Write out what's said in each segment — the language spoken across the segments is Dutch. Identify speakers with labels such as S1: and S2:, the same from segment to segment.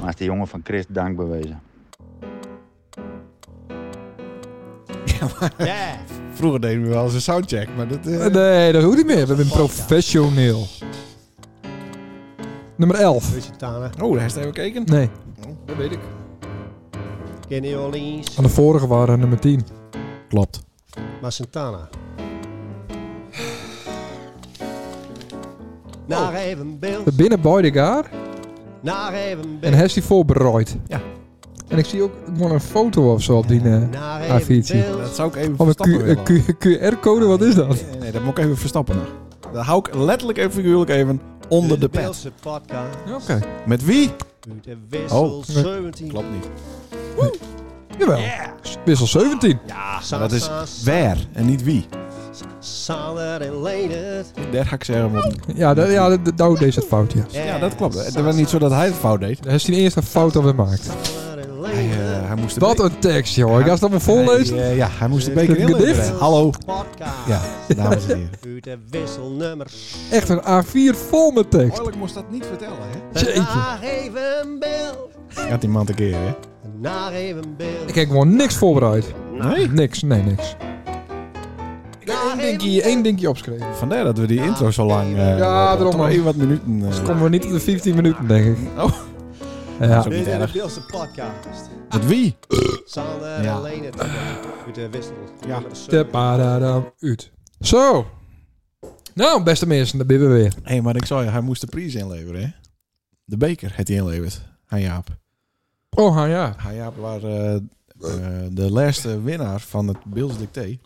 S1: Maar is die jongen van Chris dank bewezen.
S2: Ja.
S3: Vroeger deden we wel eens een soundcheck, maar dat... eh,
S4: Nee, dat hoeft niet meer. We zijn professioneel. Nummer 11.
S2: Beetje Tana.
S3: Oh, daar is het even kijken.
S4: Nee,
S3: Oh, dat weet ik.
S2: Kenny Orleans.
S4: aan de vorige waren nummer 10.
S3: Klopt.
S2: Maar Santana.
S3: Oh.
S2: Naar even
S4: We
S2: beeld.
S4: binnen Boydegaar
S2: Naar even
S4: en
S2: beeld.
S4: heeft hij voorbereid.
S3: Ja.
S4: En ik zie ook gewoon een foto of zo op die... eh,
S2: Naar
S4: Avicii.
S3: Ah, Dat zou ik even
S4: Of
S3: verstappen
S4: een
S3: willen.
S4: QR-code, wat is dat?
S3: Nee, nee, dat moet ik even verstappen nog. Dat hou ik letterlijk en figuurlijk even onder de pet.
S2: Beeldse podcast.
S4: Oké.
S3: Met wie?
S2: Uit de wissel
S3: Oh.
S2: 17.
S3: Klopt niet.
S4: Jawel. Wissel 17.
S3: Ja,
S2: Sa-
S3: maar dat is
S2: sa- sa-
S3: waar en niet wie.
S2: Sander en Leendert.
S3: Daar ga ik zeggen. want-
S4: Ja, dat, ja dat, nou deed het fout, ja.
S3: Ja, dat klopt. Het was niet zo dat hij het fout deed.
S4: Hij is die eerste fout dat we maakt.
S2: Sander en
S3: Hij, eh,
S2: Leendert.
S3: hij moest de
S4: Wat
S3: be-
S4: een tekst, joh. Ik ga het allemaal vollezen.
S3: Hij, eh, ja, hij moest de
S4: Is
S3: beker
S4: het gedicht?
S3: inleveren. Hallo.
S2: Podcast.
S3: Ja, dames en heren.
S2: Uit de wissel nummer.
S4: Echt een A4 vol met tekst.
S3: moest dat niet vertellen, hè?
S4: Jeetje.
S2: Naar even beeld.
S3: Gaat die man een keer, hè?
S2: Naar even beeld.
S4: Ik heb gewoon niks voorbereid.
S3: Nee.
S4: Niks, nee, niks. Ik heb
S2: Naar
S4: één
S2: even
S4: dingetje, één dingetje opgeschreven.
S3: Vandaar dat we die intro zo lang... eh
S4: Ja,
S3: toch
S4: daarom, man.
S3: even wat minuten... eh,
S4: Dus Komen we niet op de 15 minuten, denk ik.
S3: Oh.
S4: Ja.
S3: Ook
S2: Dit
S3: niet
S2: is de
S3: erg.
S2: Beeldse podcast.
S3: Met wie?
S2: Sander
S3: Ja.
S2: en Leendert. Uit de wissel.
S3: Ja.
S2: nummer 17.
S4: Tepadadam, uit. Zo. Nou, beste mensen, daar ben we weer.
S3: Hé, maar ik zei, hij moest de prijs inleveren, hè? De beker had hij inleverd. Aan Jaap.
S4: Oh, ha, ja.
S3: Aan Jaap was eh, eh, de laatste winnaar van het Beels Dicté.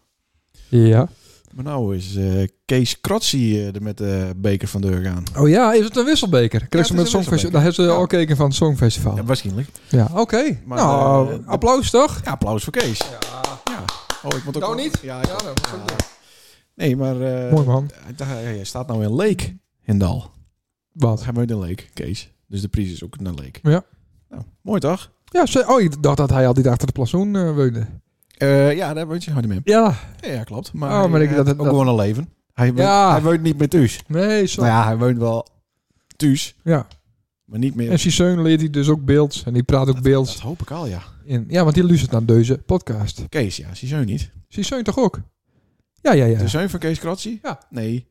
S4: Ja.
S3: Maar nou is eh, Kees Krotsi eh, er met de beker van deur gaan.
S4: Oh ja, is het een wisselbeker?
S3: het
S4: Krijg
S3: is
S4: ze met
S3: een
S4: het
S3: wisselbeker.
S4: Songfestival? Daar hebben ze
S3: Ja.
S4: al gekeken van het Songfestival.
S3: Ja, waarschijnlijk.
S4: Ja, oké.
S3: Maar,
S4: Nou,
S3: eh,
S4: applaus toch?
S3: Ja, applaus voor Kees. Ja. Oh, ik moet ook...
S4: Nou niet?
S3: Ja, ik- Nee, maar... eh,
S4: Mooi man.
S3: Hij dacht, hij staat nou in Leek, in Dal.
S4: Wat?
S3: Hij woont in Leek, Kees. Dus de prijs is ook naar Leek.
S4: Ja.
S3: Nou, mooi toch?
S4: Ja, ze- oh, ik dacht dat hij altijd achter de plazoen eh, woonde.
S3: Eh, ja, daar woont je gewoon mee.
S4: Ja.
S3: Ja, ja, klopt. Maar,
S4: Oh, maar
S3: hij
S4: ik-
S3: had
S4: dat-
S3: ook
S4: dat-
S3: gewoon een leven. Hij woont,
S4: Ja.
S3: hij woont niet meer thuis.
S4: Nee, zo.
S3: Nou ja, hij woont wel thuis,
S4: ja.
S3: maar niet meer...
S4: En zijn zoon leert hij dus ook beelds. En die praat ook beelds
S3: Dat hoop ik al, ja.
S4: in. Ja, want die luistert naar deze podcast.
S3: Kees, ja. Zie zo niet.
S4: Zijn zoon toch ook? Ja, ja, ja.
S3: De zoon van Kees Kratzi?
S4: Ja.
S3: Nee.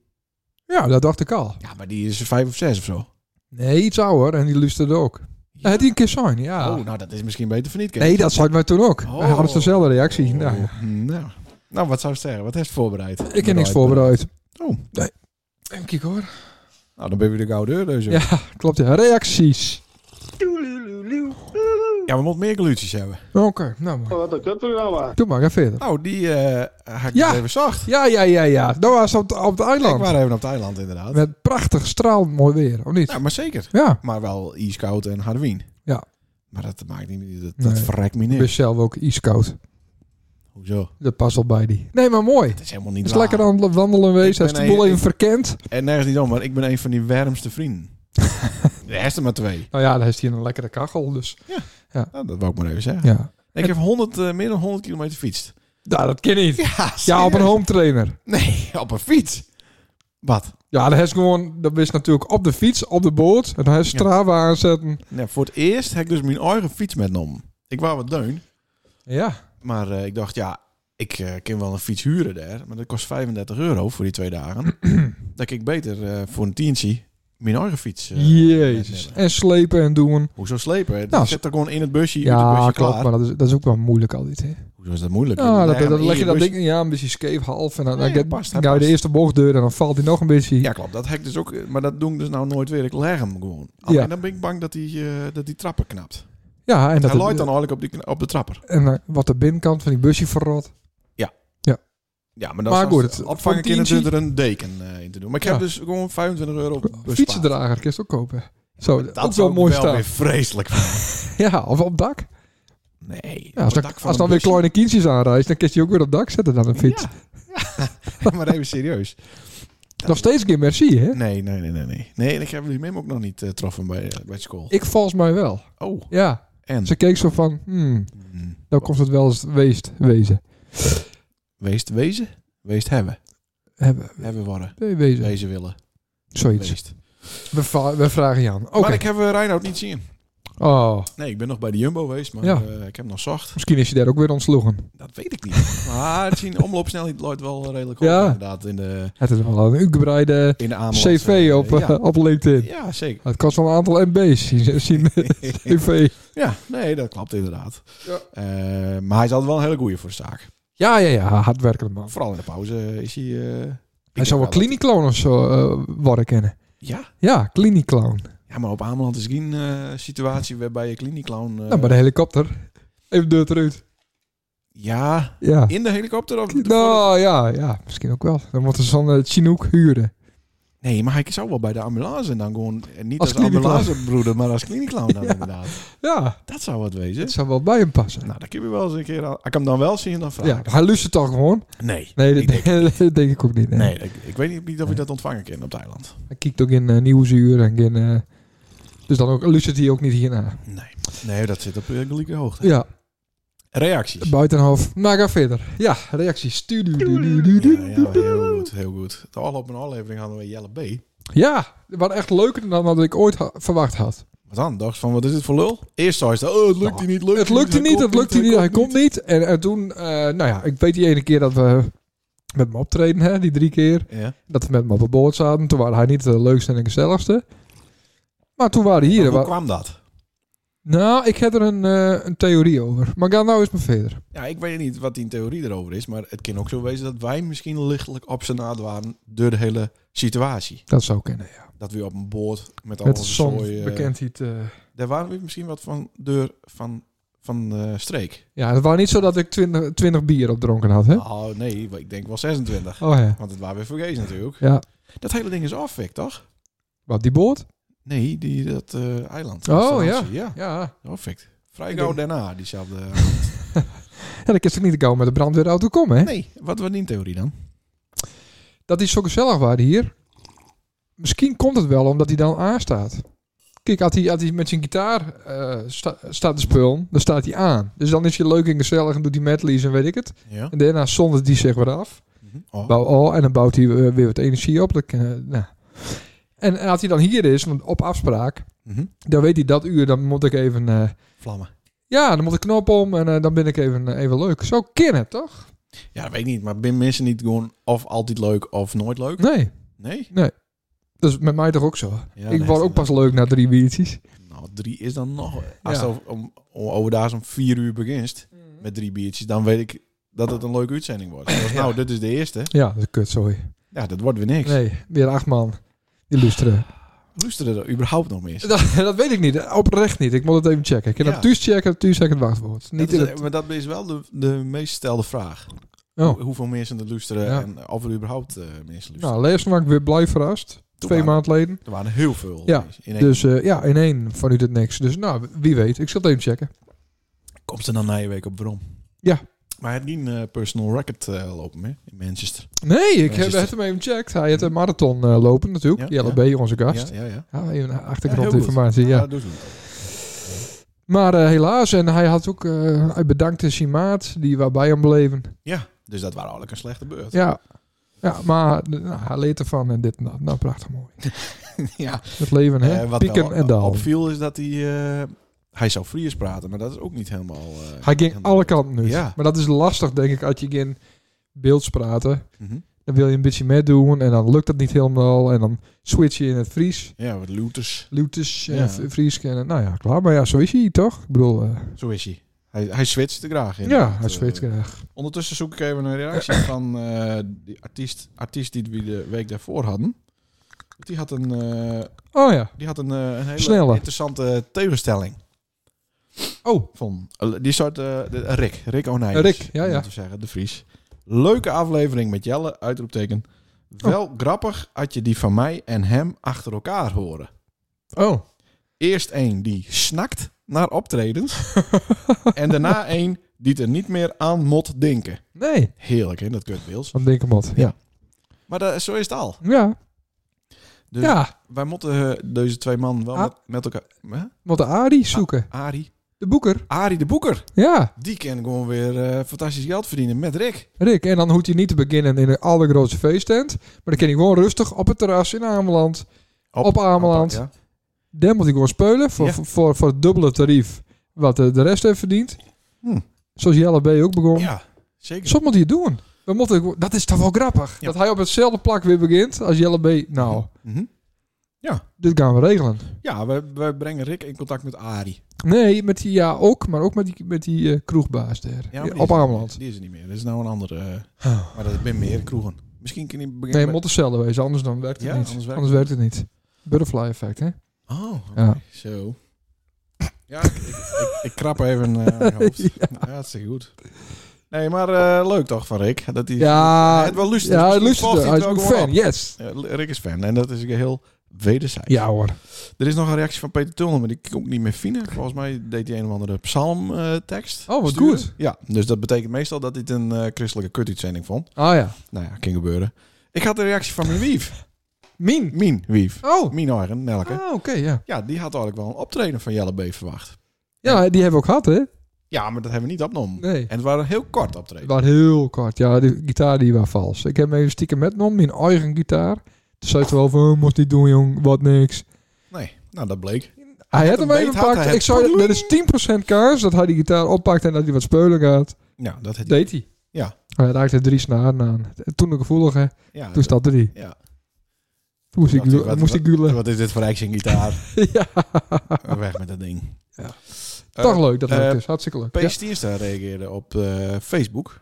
S4: Ja, dat dacht ik al.
S3: Ja, maar die is vijf of zes of zo.
S4: Nee, iets ouder. En die luisterde ook. Ja, had hij een keer zijn, ja.
S3: Oh, nou, dat is misschien beter voor niet, Kees.
S4: nee, dat zouden wij toen ook.
S3: Oh.
S4: We hadden dezelfde reactie. Nou, ja.
S3: Oh, Nou. nou, wat zou je zeggen? Wat heeft voorbereid?
S4: ik heb niks voorbereid.
S3: Oh.
S4: Nee. Even kijken hoor.
S3: Nou, dan ben je de gouden deur, dus.
S4: Ja. Klopt, ja. Reacties.
S3: Ja, we moeten meer geluidjes hebben.
S4: Oké, nou maar.
S5: Wat een kutprogramma.
S4: Doe maar, ga verder.
S3: Nou, die eh had ik
S4: Ja.
S3: dus even zacht.
S4: Ja, ja, ja, ja. Dat was op, de- op het
S3: Ik
S4: eiland.
S3: waren even op het eiland, inderdaad.
S4: Met prachtig stralend mooi weer, of niet?
S3: Ja, maar zeker.
S4: Ja.
S3: Maar wel ijskoud en Halloween.
S4: Ja.
S3: Maar dat maakt niet meer... Dat, dat
S4: Nee.
S3: verrekt me
S4: Ik
S3: niet.
S4: ben zelf ook ijskoud.
S3: Hoezo?
S4: Dat past wel bij die. Nee, maar mooi. Het
S3: Dat is helemaal niet
S4: is
S3: waar.
S4: lekker aan het wandelen geweest. Hij is
S3: ben
S4: de boel
S3: een-
S4: even verkend.
S3: En nergens niet om, maar ik ben een van die warmste vrienden. de eerste maar twee.
S4: Nou ja, dan heeft hij een lekkere kachel. Dus
S3: Nou, dat wou ik maar even zeggen.
S4: ja.
S3: Ik heb 100, eh, meer dan 100 kilometer fietst.
S4: Nou, dat ken niet.
S3: Ja,
S4: Ja, op een
S3: serieus?
S4: home trainer.
S3: Nee, op een fiets. Wat?
S4: Ja, dat is gewoon, dat is natuurlijk op de fiets, op de boot. En dan heeft Strava aanzetten.
S3: Nou, voor het eerst heb ik dus mijn eigen fiets met me. Ik wou wat deun.
S4: Ja.
S3: Maar eh, ik dacht, ja, ik eh, kan wel een fiets huren daar. Maar dat kost 35 euro voor die twee dagen. dat ik beter eh, voor een tientje mijn eigen fiets... eh,
S4: Jezus. En slepen en doen.
S3: Hoezo slepen? Dat
S4: Nou,
S3: zit er gewoon in het busje, uit het
S4: Ja,
S3: busje
S4: klopt.
S3: klaar.
S4: Maar dat is, dat is ook wel moeilijk altijd, hè.
S3: Hoezo is dat moeilijk?
S4: Ja, Ah, dat,
S3: hem
S4: dat
S3: in
S4: leg je dat
S3: busje.
S4: ding ja, een beetje scheef half. En dan,
S3: Nee,
S4: dan get-
S3: past, hij
S4: ga je de
S3: past.
S4: eerste bocht deur en dan valt hij nog een beetje.
S3: Ja, klopt. Dat heb ik dus ook. eh, Maar dat doe ik dus nou nooit weer. Ik leg hem gewoon.
S4: Ja.
S3: Alleen dan ben ik bang dat die, eh, dat die trappen knapt.
S4: Ja, en, dat
S3: Hij
S4: het-
S3: looit dan eigenlijk op, die, kna- op de trapper.
S4: en eh, wat de binnenkant van die busje verrot.
S3: Ja, maar dan
S4: Maar
S3: is
S4: goed,
S3: het
S4: het-
S3: opvangen
S4: voor een
S3: kinderen
S4: tientje-
S3: er een deken eh, in te doen. Maar ik
S4: Ja.
S3: heb dus gewoon 25 euro bespaard.
S4: Fietsendrager, kun je het ook kopen. Zo,
S3: Dat zou
S4: ook wel
S3: ik
S4: mooi
S3: wel
S4: staan.
S3: weer vreselijk vinden.
S4: Ja, of op dak.
S3: Nee.
S4: Ja, als
S3: op het
S4: dan,
S3: dak van
S4: als
S3: een
S4: dan weer
S3: busje.
S4: kleine kindjes aanrijst, dan kun je die ook weer op dak zetten dan een fiets.
S3: Ja. maar even serieus.
S4: Nog steeds geen merci, hè?
S3: Nee, nee, nee, nee. Nee, nee en ik heb die mem ook nog niet eh, getroffen bij, eh, bij school.
S4: Ik volgens mij wel.
S3: Oh,
S4: Ja,
S3: en?
S4: ze keek zo van, hmm,
S3: Hmm.
S4: dan komt het wel eens weest, wezen.
S3: Weest wezen? Weest hebben.
S4: Hebben,
S3: Hebben worden.
S4: we- wezen,
S3: Wezen willen.
S4: zoiets.
S3: Weest.
S4: We, va- we vragen je aan. Oké,
S3: Maar ik heb eh, Reinoud niet zien.
S4: Oh,
S3: Nee, ik ben nog bij de Jumbo geweest, maar
S4: Ja.
S3: eh, ik heb nog zacht.
S4: misschien is je daar ook weer ontsloegen.
S3: Dat weet ik niet. Maar het zien omloopsnelheid loopt wel redelijk op
S4: Ja.
S3: inderdaad in de,
S4: Het is wel een uitgebreide
S3: in de aanbod.
S4: CV op,
S3: Eh, ja.
S4: eh, op LinkedIn.
S3: ja, zeker.
S4: Het kost wel een aantal MB's, zien- zien CV.
S3: Ja, nee, dat klopt inderdaad.
S4: Ja.
S3: Eh, maar hij is altijd wel een hele goeie voor de zaak.
S4: Ja, ja, ja, hardwerkende man.
S3: Vooral in de pauze is hij... eh, ik
S4: Hij
S3: denk
S4: zou wel
S3: dat-
S4: klinieklon of zo eh, worden kennen.
S3: Ja.
S4: Ja, kliniekloon.
S3: ja, maar op Ameland is geen eh, situatie waarbij je klinieklown... eh
S4: Nou, maar de helikopter. Even deur eruit.
S3: Ja,
S4: Ja.
S3: in de helikopter of...
S4: Nou ja, ja, misschien ook wel. Dan moeten ze zo'n eh, Chinook huren.
S3: Nee, maar hij zou wel bij de ambulance en dan gewoon... eh, Niet
S4: Als
S3: als,
S4: klinieklown.
S3: ambulancebroeder, maar als klinieklown dan
S4: Ja.
S3: inderdaad.
S4: Ja,
S3: Dat zou wat wezen.
S4: het zou wel bij hem passen.
S3: Nou, dat kun je wel eens een keer... aan- Als ik hem dan wel zie, dan vraag
S4: ja,
S3: ik.
S4: hij luistert toch gewoon?
S3: Nee.
S4: Nee, dat
S3: Ik denk-
S4: dat denk, ik ook niet. Nee.
S3: Nee, ik, ik weet niet of ik dat ontvangen kan op Thailand.
S4: Hij kijkt ook in eh nieuwsuur en in... eh, dus dan ook, luistert hij ook niet hierna.
S3: Nee. Nee, dat zit op eh, gelijke hoogte.
S4: Ja,
S3: Reacties.
S4: buitenhof. Nou, ga verder. Ja, reacties. Stu- du- du- du- du-
S3: Ja,
S4: du.
S3: ja, heel goed, heel goed. De op een aflevering hadden we Jelle B.
S4: Ja, wat echt leuker dan wat ik ooit ha- verwacht had.
S3: Wat dan? Dacht van, wat is dit voor lul? Eerst zei ze, oh, het lukt hij niet, lukt
S4: Nou, Het lukte niet, het lukte niet, hij komt
S3: komt
S4: niet. En, eh, toen, eh, nou ja, ik weet die ene keer dat we met hem optreden, hè, die drie keer.
S3: Ja.
S4: dat we met hem op een boord zaten. Toen was hij niet de leukste en de gezelligste. Maar toen waren we hier.
S3: Maar hoe
S4: wa-
S3: kwam dat?
S4: nou, ik heb er een, eh, een theorie over. Maar ga nou eens maar verder.
S3: Ja, ik weet niet wat die theorie erover is, maar het kan ook zo wezen dat wij misschien lichtelijk op zijn naad waren door de hele situatie.
S4: Dat zou kunnen, ja.
S3: Dat we op een boord met al
S4: Het
S3: onze
S4: zon
S3: zooi, eh,
S4: bekend niet. eh.
S3: Daar waren we misschien wat van deur van, van eh, streek.
S4: Ja, het was niet zo dat ik 20, 20 bier opdronken had, hè?
S3: Oh nee, ik denk wel 26.
S4: Oh ja.
S3: Want het waren weer vergeten natuurlijk.
S4: Ja.
S3: Dat hele ding is af, Vic, toch?
S4: Wat, die boot?
S3: Nee, die, dat eh, eiland.
S4: Oh,
S3: Restauratie, Ja,
S4: Ja.
S3: perfect. Vrij
S4: Ik
S3: gauw
S4: denk-
S3: daarna, diezelfde.
S4: Ja, dan is toch niet te gauw met de brandweerauto komen, hè?
S3: nee, wat was die theorie dan?
S4: Dat die zo gezellig waren hier. Misschien komt het wel omdat hij dan aanstaat. Kijk, als hij, als hij met zijn gitaar eh, sta- staat te spullen, dan staat hij aan. Dus dan is hij leuk en gezellig en doet hij medleys en weet ik het.
S3: Ja.
S4: En daarna zondert die zich weer af.
S3: Oh,
S4: Bouw al en dan bouwt hij eh, weer wat energie op. Dat, kan, eh, nou. En als hij dan hier is, want op afspraak,
S3: mhm.
S4: dan weet hij dat uur, dan moet ik even... eh,
S3: Vlammen.
S4: ja, dan moet ik knop om en eh, dan ben ik even, eh, even leuk. Zo kan het, toch?
S3: Ja, dat weet ik niet. Maar ben mensen niet gewoon of altijd leuk of nooit leuk?
S4: Nee,
S3: Nee?
S4: dat is met mij toch ook zo.
S3: Ja,
S4: ik
S3: nee,
S4: word ook pas leuk na drie biertjes.
S3: Nou, drie is dan nog... Als
S4: Ja.
S3: het om, om, overdag om vier uur begint
S4: Mhm.
S3: met drie biertjes, dan weet ik dat het een leuke uitzending wordt. Zoals Nou, dit is de eerste.
S4: Ja, dat is kut, sorry.
S3: Ja, dat wordt weer niks.
S4: Nee, weer acht man. Illustre.
S3: Luisteren er überhaupt nog mis.
S4: Dat, dat weet ik niet. Oprecht niet. Ik moet het even checken. Ik kan
S3: Ja.
S4: dat thuis checken. Thuis zeg ik het wachtwoord. Niet
S3: dat
S4: in
S3: is, eh,
S4: het-
S3: maar dat is wel de, de meest gestelde vraag.
S4: Oh.
S3: Hoe- Hoeveel mensen het luisteren
S4: Ja.
S3: en of er überhaupt eh, mensen luisteren.
S4: Nou, laatst was ik weer blij verrast.
S3: Toen
S4: Twee
S3: waren-
S4: maanden geleden.
S3: Er waren heel veel.
S4: Ja,
S3: mensen. In één
S4: Dus eh, ja, in één vanuit het niks. Dus nou, wie weet. Ik zal het even checken.
S3: Komt ze dan na je week op Brom?
S4: Ja.
S3: Maar hij had geen eh, personal record eh, lopen meer in Manchester.
S4: Nee, ik heb
S3: Manchester.
S4: het hem even gecheckt. Hij heeft een marathon eh, lopen natuurlijk.
S3: Ja,
S4: Jelle B, onze gast.
S3: Ja, ja, ja.
S4: Ja, even
S3: Ja,
S4: achtergrondinformatie.
S3: heel
S4: Ja,
S3: goed. Ja, dat doet het.
S4: Maar eh, helaas, en hij had ook eh, hij bedankte zijn maat die waarbij hem bleven.
S3: ja, dus dat waren eigenlijk een slechte beurt.
S4: Ja. Ja, maar eh, nou, hij leed ervan en dit en dat. Nou, prachtig mooi.
S3: Ja.
S4: Het leven, hè?
S3: Eh,
S4: Pieken
S3: wel
S4: en dalen.
S3: opviel is dat hij... eh, hij zou Fries praten, maar dat is ook niet helemaal... eh,
S4: Hij ging
S3: helemaal-
S4: alle kanten nu.
S3: Ja.
S4: Maar dat is lastig, denk ik, als je geen beelds praten.
S3: Mhm.
S4: Dan wil je een beetje meedoen en dan lukt dat niet helemaal. En dan switch je in het Fries.
S3: Ja, wat looters.
S4: Lutes en
S3: Ja.
S4: v- Fries kennen. Nou ja, klaar. Maar ja, zo is hij toch? Ik bedoel, eh,
S3: Zo is hij. Hij, hij switcht er graag in.
S4: ja,
S3: Dat,
S4: hij zweet
S3: eh,
S4: graag.
S3: Ondertussen zoek ik even een reactie van eh die artiest, artiest die we de week daarvoor hadden. Die had een, eh,
S4: Oh ja.
S3: die had een, eh, een hele
S4: Snelle.
S3: interessante tegenstelling.
S4: Oh,
S3: Van, eh, die soort eh, de- Rick, Rick O'Neill.
S4: Eh, Rick, ja, ja.
S3: Laten we zeggen, de Vries. Leuke aflevering met Jelle, uitroepteken.
S4: Oh.
S3: Wel grappig had je die van mij en hem achter elkaar horen.
S4: oh.
S3: Eerst één die snakt naar optredens. en daarna één die er niet meer aan mot denken.
S4: Nee.
S3: Heerlijk, hè, dat kut Wils.
S4: Van Dinkermot. Ja.
S3: Maar dat, zo is het al.
S4: Ja.
S3: Dus
S4: ja.
S3: wij moeten eh, deze twee man wel
S4: Ah.
S3: met, met elkaar... Huh?
S4: Moet de
S3: Ah.
S4: Arie zoeken.
S3: Arie.
S4: De boeker.
S3: Arie de Boeker.
S4: Ja.
S3: Die kan gewoon weer eh, fantastisch geld verdienen met Rick.
S4: Rick. En dan hoeft hij niet te beginnen in een allergrootste feesttent. Maar dan kan hij gewoon rustig op het terras in Ameland. Op Ameland.
S3: ja.
S4: Daar moet ik gewoon spelen voor,
S3: Ja.
S4: voor, voor, voor het dubbele tarief wat eh, de rest heeft verdiend.
S3: Hm.
S4: Zoals Jelle B. ook begon.
S3: Ja, zeker.
S4: Zo moet hij het doen. We moeten, gewoon- dat is toch wel grappig.
S3: Ja.
S4: Dat hij op hetzelfde plak weer begint als Jelle B. Nou,
S3: Mhm.
S4: dit gaan we regelen.
S3: Ja, we, we brengen Rick in contact met Ari.
S4: Nee, met die, ja ook, maar ook met die, met die eh, kroegbaas daar.
S3: Ja, maar die
S4: op
S3: is-
S4: Ameland. Ah.
S3: Die is er niet meer. Dat is nou een andere. eh, maar dat ben meer kroegen. Misschien kun je beginnen.
S4: Nee,
S3: met-
S4: moet hetzelfde wezen, anders dan werkt het
S3: Ja,
S4: niet.
S3: anders
S4: Anders
S3: werkt
S4: werkt, het niet. Butterfly effect, hè?
S3: Oh, oké.
S4: Ja.
S3: zo. Ja, ik, ik, ik- ik krap even eh, aan mijn hoofd. ja. hartstikke goed. Nee, maar eh, leuk toch van Rick? Dat hij
S4: Ja,
S3: het wel lust. dus
S4: ja, hij luistert. Hij is ook fan, yes.
S3: Rick is fan en dat is heel wederzijds.
S4: Ja hoor.
S3: Er is nog een reactie van Peter Tulner, maar die kon ik niet meer vinden. Volgens mij deed hij een of andere psalmtekst.
S4: Oh, wat
S3: sturen.
S4: goed.
S3: Ja, dus dat betekent meestal dat hij het een eh, christelijke kutuitzending vond.
S4: Ah ja.
S3: Nou ja, kan gebeuren. Ik had de reactie van mijn wief.
S4: Min.
S3: Mien wief.
S4: Oh,
S3: Mien eigen, Nelke.
S4: ah, oké, ja.
S3: Ja, die had eigenlijk wel een optreden van Jelle B verwacht.
S4: Ja, die hebben we ook gehad, hè?
S3: Ja, maar dat hebben we niet opgenomen.
S4: Nee.
S3: En het waren een heel kort
S4: Het
S3: optreden.
S4: was heel kort. Ja, de gitaar die was vals. Ik heb hem even stiekem metgenomen, mijn eigen gitaar. Toen zei hij wel van, eh, moest niet doen, jong, wat niks.
S3: Nee, nou dat bleek.
S4: Hij had
S3: hem
S4: hem
S3: beet,
S4: even
S3: had hij
S4: gepakt.
S3: het.
S4: Ik zou, er is 10% kans dat hij die gitaar oppakt en dat hij wat speulen gaat.
S3: Nou, dat had hij.
S4: Deed hij.
S3: Ja.
S4: Hij raakte drie snaren aan. Toen de gevoelige,
S3: Ja,
S4: toen staat drie.
S3: Ja.
S4: Toen moest ik
S3: Dacht ik, wat-
S4: gulen- moest ik
S3: Wat,
S4: gulen.
S3: wat is dit voor Rijksingitaar?
S4: Ja,
S3: Weg met dat ding.
S4: Ja.
S3: Eh,
S4: toch leuk dat
S3: eh,
S4: lukt dus. Hartstikke leuk.
S3: P.
S4: Ja.
S3: Stiersta reageerde op eh, Facebook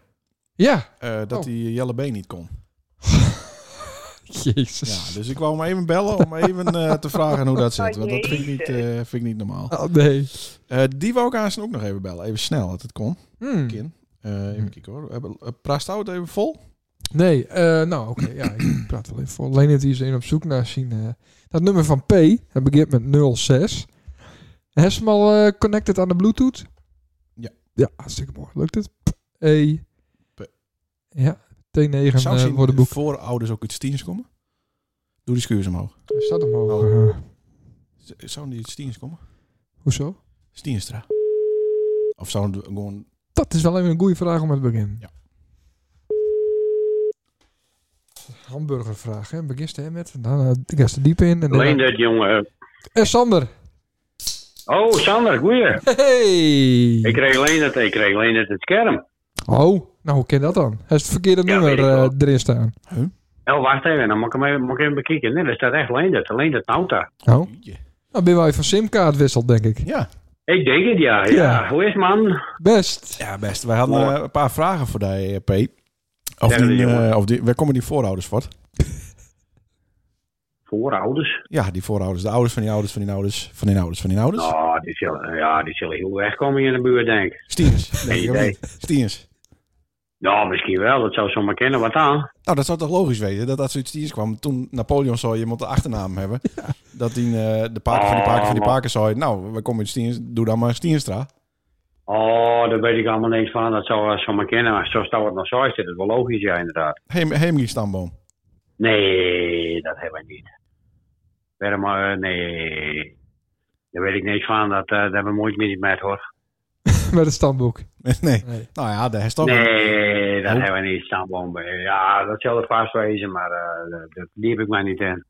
S4: Ja.
S3: eh, dat
S4: Oh.
S3: hij Jelle B niet kon.
S4: Jezus.
S3: Ja, dus ik wou hem even bellen om even eh, te vragen hoe dat zit. Want dat vind ik niet, eh, vind ik niet normaal.
S4: Oh, nee.
S3: Eh, die wou ik aan ook nog even bellen. Even snel, dat het kon.
S4: Hmm.
S3: Kin. Eh, even kijken hoor. Hebben- eh, Praat Stout even vol?
S4: Nee, eh, nou oké, ja, ik praat wel even voor. Leonard die is even op zoek naar zien. eh, dat nummer van P, dat begint met 06. Heeft hem al eh, connected aan de Bluetooth?
S3: Ja.
S4: Ja, hartstikke mooi. Lukt het? P, E.
S3: P.
S4: Ja, T9
S3: Zou
S4: eh
S3: zien
S4: voor de boek.
S3: voor ouders ook iets tiens komen? Doe die schuurs omhoog.
S4: Hij staat omhoog.
S3: Oh.
S4: eh,
S3: Z- Zouden die iets tiens komen?
S4: hoezo?
S3: Stienstra. Of zouden we gewoon...
S4: Dat is wel even een goede vraag om aan te beginnen.
S3: Ja.
S4: Hamburgervraag, hè? Begint hij met? Dan eh, ik ga ze diep in. En, dan-
S5: Leendert, jongen.
S4: en Eh, Sander.
S5: Oh, Sander, goeie.
S4: Hey!
S5: Ik kreeg Leendert, ik kreeg Leendert het scherm.
S4: Oh, nou hoe ken dat dan? Hij is het verkeerde
S5: Ja,
S4: nummer
S5: weet ik wel.
S4: eh, erin staan.
S5: Oh, wacht even, dan moet ik hem even, moet ik even bekijken. Nee, daar staat echt Leendert, Leendert Nauta.
S4: Oh, nou ben je wel even van simkaart wisselt, denk ik.
S3: Ja.
S5: Ik denk het, ja. ja.
S4: Ja.
S5: Hoe is het, man?
S4: Best.
S3: ja, best. Wij hadden
S5: Mooi.
S3: eh, een paar vragen voor die, eh, P. Of
S5: Ja,
S3: die,
S5: dat is
S3: eh,
S5: jammer.
S3: of die, waar komen die voorouders voor?
S5: Voorouders?
S3: Ja, die voorouders. De ouders van die ouders van die ouders van die ouders van die ouders.
S5: Oh, die zullen, ja, die zullen heel wegkomen hier in de buurt, denk ik.
S3: Stiens. Denk ik, of
S5: idee.
S3: niet? Stiens.
S5: Nou, misschien wel. Dat zou zomaar kennen. Wat dan?
S3: Nou, dat zou toch logisch weten, dat dat zoiets Stiens kwam. Toen Napoleon zou je moet de achternaam hebben. Dat die, eh, de paken van die paken van die paken zou Nou, we komen uit Stiens. Doe dan maar Stienstra.
S5: Oh, daar weet ik allemaal niks van. Dat zou eh, zomaar kennen. Maar zo staat het nog zo. Is dit het wel logisch, ja, inderdaad.
S3: Hem, Hemgi Stamboom.
S5: Nee, dat hebben we niet. Verder maar, eh, nee. Daar weet ik niks van. Dat, eh, daar bemoeit me niet met, hoor.
S4: Met het stamboek.
S3: Nee.
S4: Nee.
S3: Nou ja, daar is toch...
S5: Nee, dat
S3: Oh.
S5: hebben we niet. Stamboom. Ja, dat zal er vast wezen, maar eh, dat- dat liep ik mij niet in.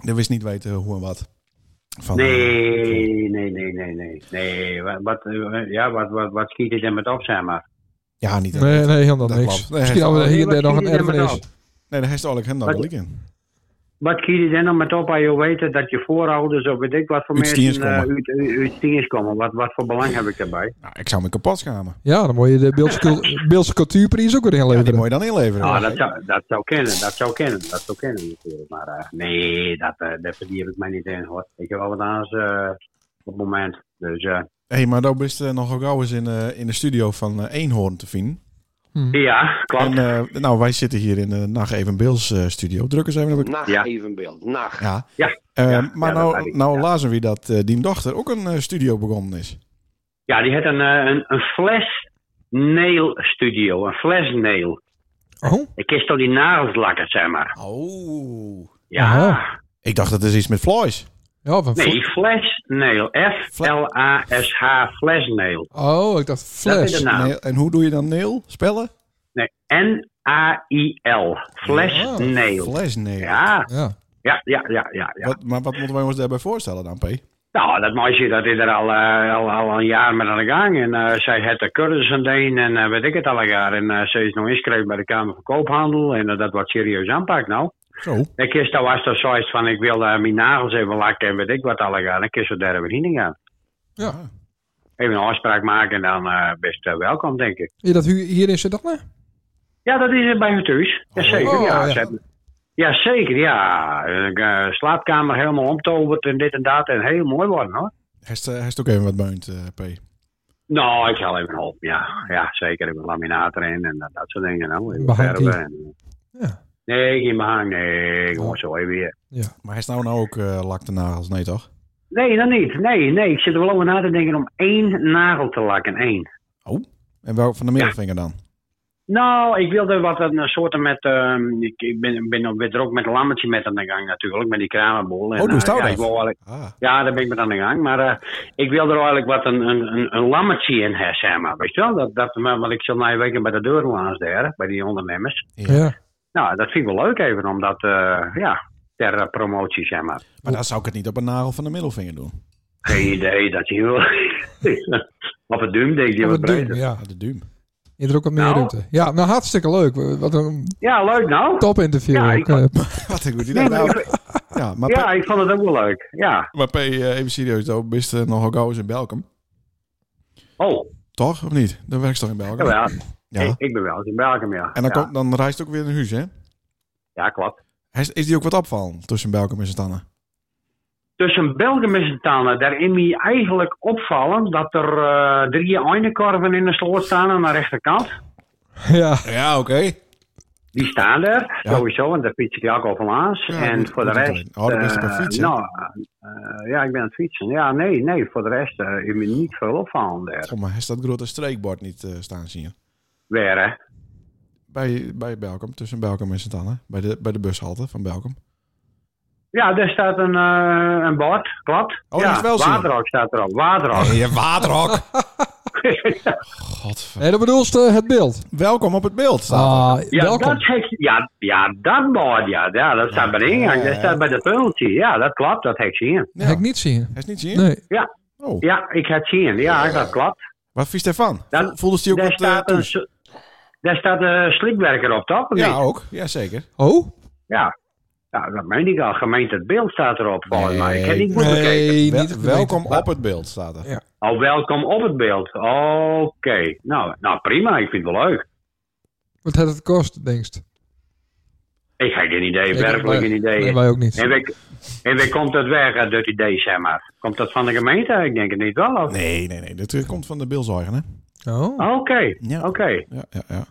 S3: Die wist niet weten hoe en wat. Van, eh,
S5: Nee, nee, nee, nee, nee. nee. Wat, wat, eh, ja, wat, wat, wat schiet het er met op, zeg maar?
S3: Ja, niet.
S4: Nee, nee, helemaal
S3: Dat
S4: niks.
S3: klopt. Nee,
S4: Misschien
S3: hij
S4: hadden we
S3: staat-
S4: hier en daar
S5: Nee,
S4: nog een
S5: maar die nemen
S4: erfenis.
S3: Nee, daar heeft eigenlijk hem
S5: Wat-
S3: dan in.
S5: Wat kies je dan nog met op als je weet dat je voorouders of weet ik wat voor
S3: Uit tieners
S5: mensen eh,
S3: komen.
S5: uit, uit, uit tieners komen? Wat, wat voor belang heb ik daarbij?
S3: Nou, ik zou me kapot schamen.
S4: Ja, dan moet je de Beeldse cul- Beeldse cultuurprijs ook weer
S3: Ja, die
S4: inleveren.
S3: moet je dan inleveren.
S5: Ah, dat, zou, dat zou kennen, dat zou kennen, dat zou kennen natuurlijk. Maar eh, nee, dat, eh daar verdien ik mij niet in hoor. Ik heb wel wat anders eh, op het moment. Dus eh,
S3: Hé, hey, maar daar is eh, nog ook gauw eens in, eh, in de studio van eh, Eenhoorn te vinden.
S5: ja, klopt.
S3: En eh, nou, wij zitten hier in de Nacht Even Beels eh, studio. Druk eens even op het...
S6: Nacht
S5: Ja.
S6: evenbeeld. Nacht.
S3: Ja.
S5: Ja.
S3: Eh,
S5: Ja,
S3: maar
S5: ja, dat weet
S3: nou,
S5: ik,
S3: nou
S5: ja.
S3: lazen we dat eh die dochter ook een eh, studio begonnen is.
S5: Ja, die had een, eh, een, een flesnail studio, een flesnail.
S4: Oh,
S5: Ik kist al die nagels lakken, zeg maar.
S3: Oh.
S5: Ja,
S4: Aha.
S3: Ik dacht dat is iets met Floys.
S4: ja, van
S5: nee,
S4: fl-
S5: flesnail. F-L-A-S-H, flesnail.
S4: Oh, ik dacht
S5: Dat is
S4: flash.
S5: de naam.
S3: Nee, en hoe doe je dan nail? Spellen?
S5: Nee, N-A-I-L, flesnail.
S3: Flesnail.
S5: Ja,
S4: Ja.
S5: Ja, ja, ja, ja. ja.
S3: Wat, maar wat moeten wij ons daarbij voorstellen dan, P?
S5: Nou, dat meisje dat is er al, eh, al, al een jaar mee aan de gang. En eh, zij had de cursus aan de een en eh, weet ik het al een jaar. En eh, ze is nog ingeschreven bij de Kamer van Koophandel. En eh, dat wordt serieus aanpakt nou.
S3: Zo.
S5: En gisteren was er zoiets van, ik wil eh, mijn nagels even lakken en weet ik wat al gaan. En gisteren daar hebben we heen gaan.
S4: Ja.
S3: Ah.
S5: Even een afspraak maken en dan eh, best eh, welkom, denk ik.
S4: Is dat hu- hier in Sedanne?
S5: Ja, dat is eh, bij hun thuis. Jazeker,
S4: Oh,
S5: ja.
S4: ja.
S5: Ze hebben... Jazeker, ja. Eh, eh, slaapkamer helemaal omtoverd en dit en dat. En heel mooi worden, hoor.
S3: Hij is, eh, hij is ook even wat beunt, eh, P.
S5: Nou, ik zal even helpen, ja. Ja, zeker. Ik heb laminaat erin en dat, dat soort dingen. Nou.
S4: Een behang
S5: Verven en-
S4: Ja.
S5: Nee, geen behang. Nee, gewoon
S4: Oh.
S5: zo even weer.
S3: Maar hij is nou nou ook eh lak de nagels, nee toch?
S5: Nee, dat niet. Nee, nee. Ik zit er wel over na te denken om één nagel te lakken. Eén.
S3: En welk van de middelvinger dan?
S5: Nou, ik wilde wat een soort met... ehm, ik ik ben, ben weer er ook met een lammetje met aan de gang natuurlijk. Met die kramenbol. En,
S3: Oh, doe
S5: eh,
S3: staan
S5: ja,
S3: dat?
S5: ik wou wel-
S3: Ah,
S5: Ja, daar ben ik met aan de gang. Maar eh, ik wil er eigenlijk wat een, een, een, een lammetje in hebben, zeg maar. Weet je wel? Dat, dat, want ik zal na een week bij de deur langs daar, bij die ondernemers.
S3: Ja.
S4: Ja.
S5: Nou, dat vind ik wel leuk even, omdat, eh, ja, ter eh, promotie, zeg maar.
S3: maar dan zou ik het niet op een nagel van de middelvinger doen.
S5: Geen idee dat je wel. Op het duim denk je
S4: Op
S5: wat
S4: het
S5: breder.
S4: Oh, doen, ja.
S3: Ah, de duim.
S4: Je hebt er ook wat meer
S5: Nou.
S4: ruimte. Ja, nou hartstikke leuk. Wat een
S5: Ja, leuk nou.
S4: top interview
S5: Ja,
S4: ook.
S5: ik-
S4: eh.
S3: Wat een goed idee.
S5: Nee, maar
S3: Nou,
S5: ik-
S3: ja, maar,
S5: ja, ik vond het ook wel leuk. Ja.
S3: P, maar P, eh, even serieus, toch? Bist eh, nogal gauw eens in Belkum?
S5: Oh,
S3: Toch, of niet? Dan werk je toch in Belkum?
S5: jawel.
S3: Ja.
S5: Ik, ik ben wel eens in Belgium, ja.
S3: En dan,
S5: ja.
S3: komt, dan reist ook weer naar huis, hè?
S5: ja, klopt.
S3: Hij Is, is die ook wat opvallen tussen Belkum en Santanne?
S5: Tussen Belgium en Sint-Anne, daar is mij eigenlijk opvallen dat er eh, drie eindekorven in de sloot staan aan de rechterkant.
S4: ja.
S3: Ja, oké.
S5: Die staan daar,
S3: Ja.
S5: sowieso, want daar fiets ik ook al van langs.
S3: Ja,
S5: en
S3: goed-
S5: voor de
S3: goed om te
S5: rest...
S3: weten. Oh, dan ben je op een
S5: eh,
S3: fiets, hè?
S5: nou, eh, ja, ik ben aan het fietsen. Ja, nee, nee, voor de rest eh, is me niet veel opvallen daar.
S3: Goh, maar hij is dat grote streekbord niet eh, staan zien?
S5: Weer, hè?
S3: Bij, bij Belkum, tussen Belkum en Santanne. Bij de, bij de bushalte van Belkum.
S5: Ja, daar staat een, eh een bord, klopt.
S3: Oh,
S5: ja,
S3: dat is wel zo.
S5: Waterhok staat erop,
S4: Oh,
S5: Waterhok.
S3: je waterhok! Godver...
S4: En dat bedoelste het beeld.
S3: Welkom op het beeld. staat er.
S4: Ah,
S5: Ja,
S4: welkom.
S5: dat heeft, ja, ja, dat bord, ja, ja dat staat bij de ingang, dat staat bij de penalty. Ja, dat klopt, dat heb ik zien.
S3: Ja.
S4: Heb ik niet zien.
S3: Hij is niet zien?
S4: Nee.
S3: Oh,
S5: Ja, ik heb zien, ja, dat klopt.
S3: wat vies daarvan?
S5: Dan-
S3: Voelde hij ook
S5: Daar
S3: wat eh
S5: staat, een,
S3: thuis?
S5: s- daar staat een slikwerker op, toch? of
S3: Ja,
S5: niet?
S3: ook. Ja, zeker.
S4: Oh?
S5: ja. Ja, dat meen ik al. Gemeente het beeld staat erop, volgens mij. Ik heb niet goed bekeken.
S4: Nee,
S3: Wel-
S4: niet gemeen.
S3: welkom op het beeld staat er.
S4: Ja.
S5: Oh, welkom op het beeld. Oké. Nou, nou, prima. Ik vind het wel leuk.
S4: Wat had het kost, denkst
S5: Ik heb geen idee,
S4: Ik-
S5: werkelijk
S4: nee,
S5: geen idee.
S4: nee, wij ook niet.
S5: En wie, en wie komt dat weg, eh, dat idee, zeg maar? Komt dat van de gemeente? Ik denk het niet wel. of-
S3: Nee, nee, nee. Dat eh, komt van de bilzorgen, hè?
S4: Oh.
S5: Oké,
S3: Ja.
S5: oké.
S3: Ja, ja, ja.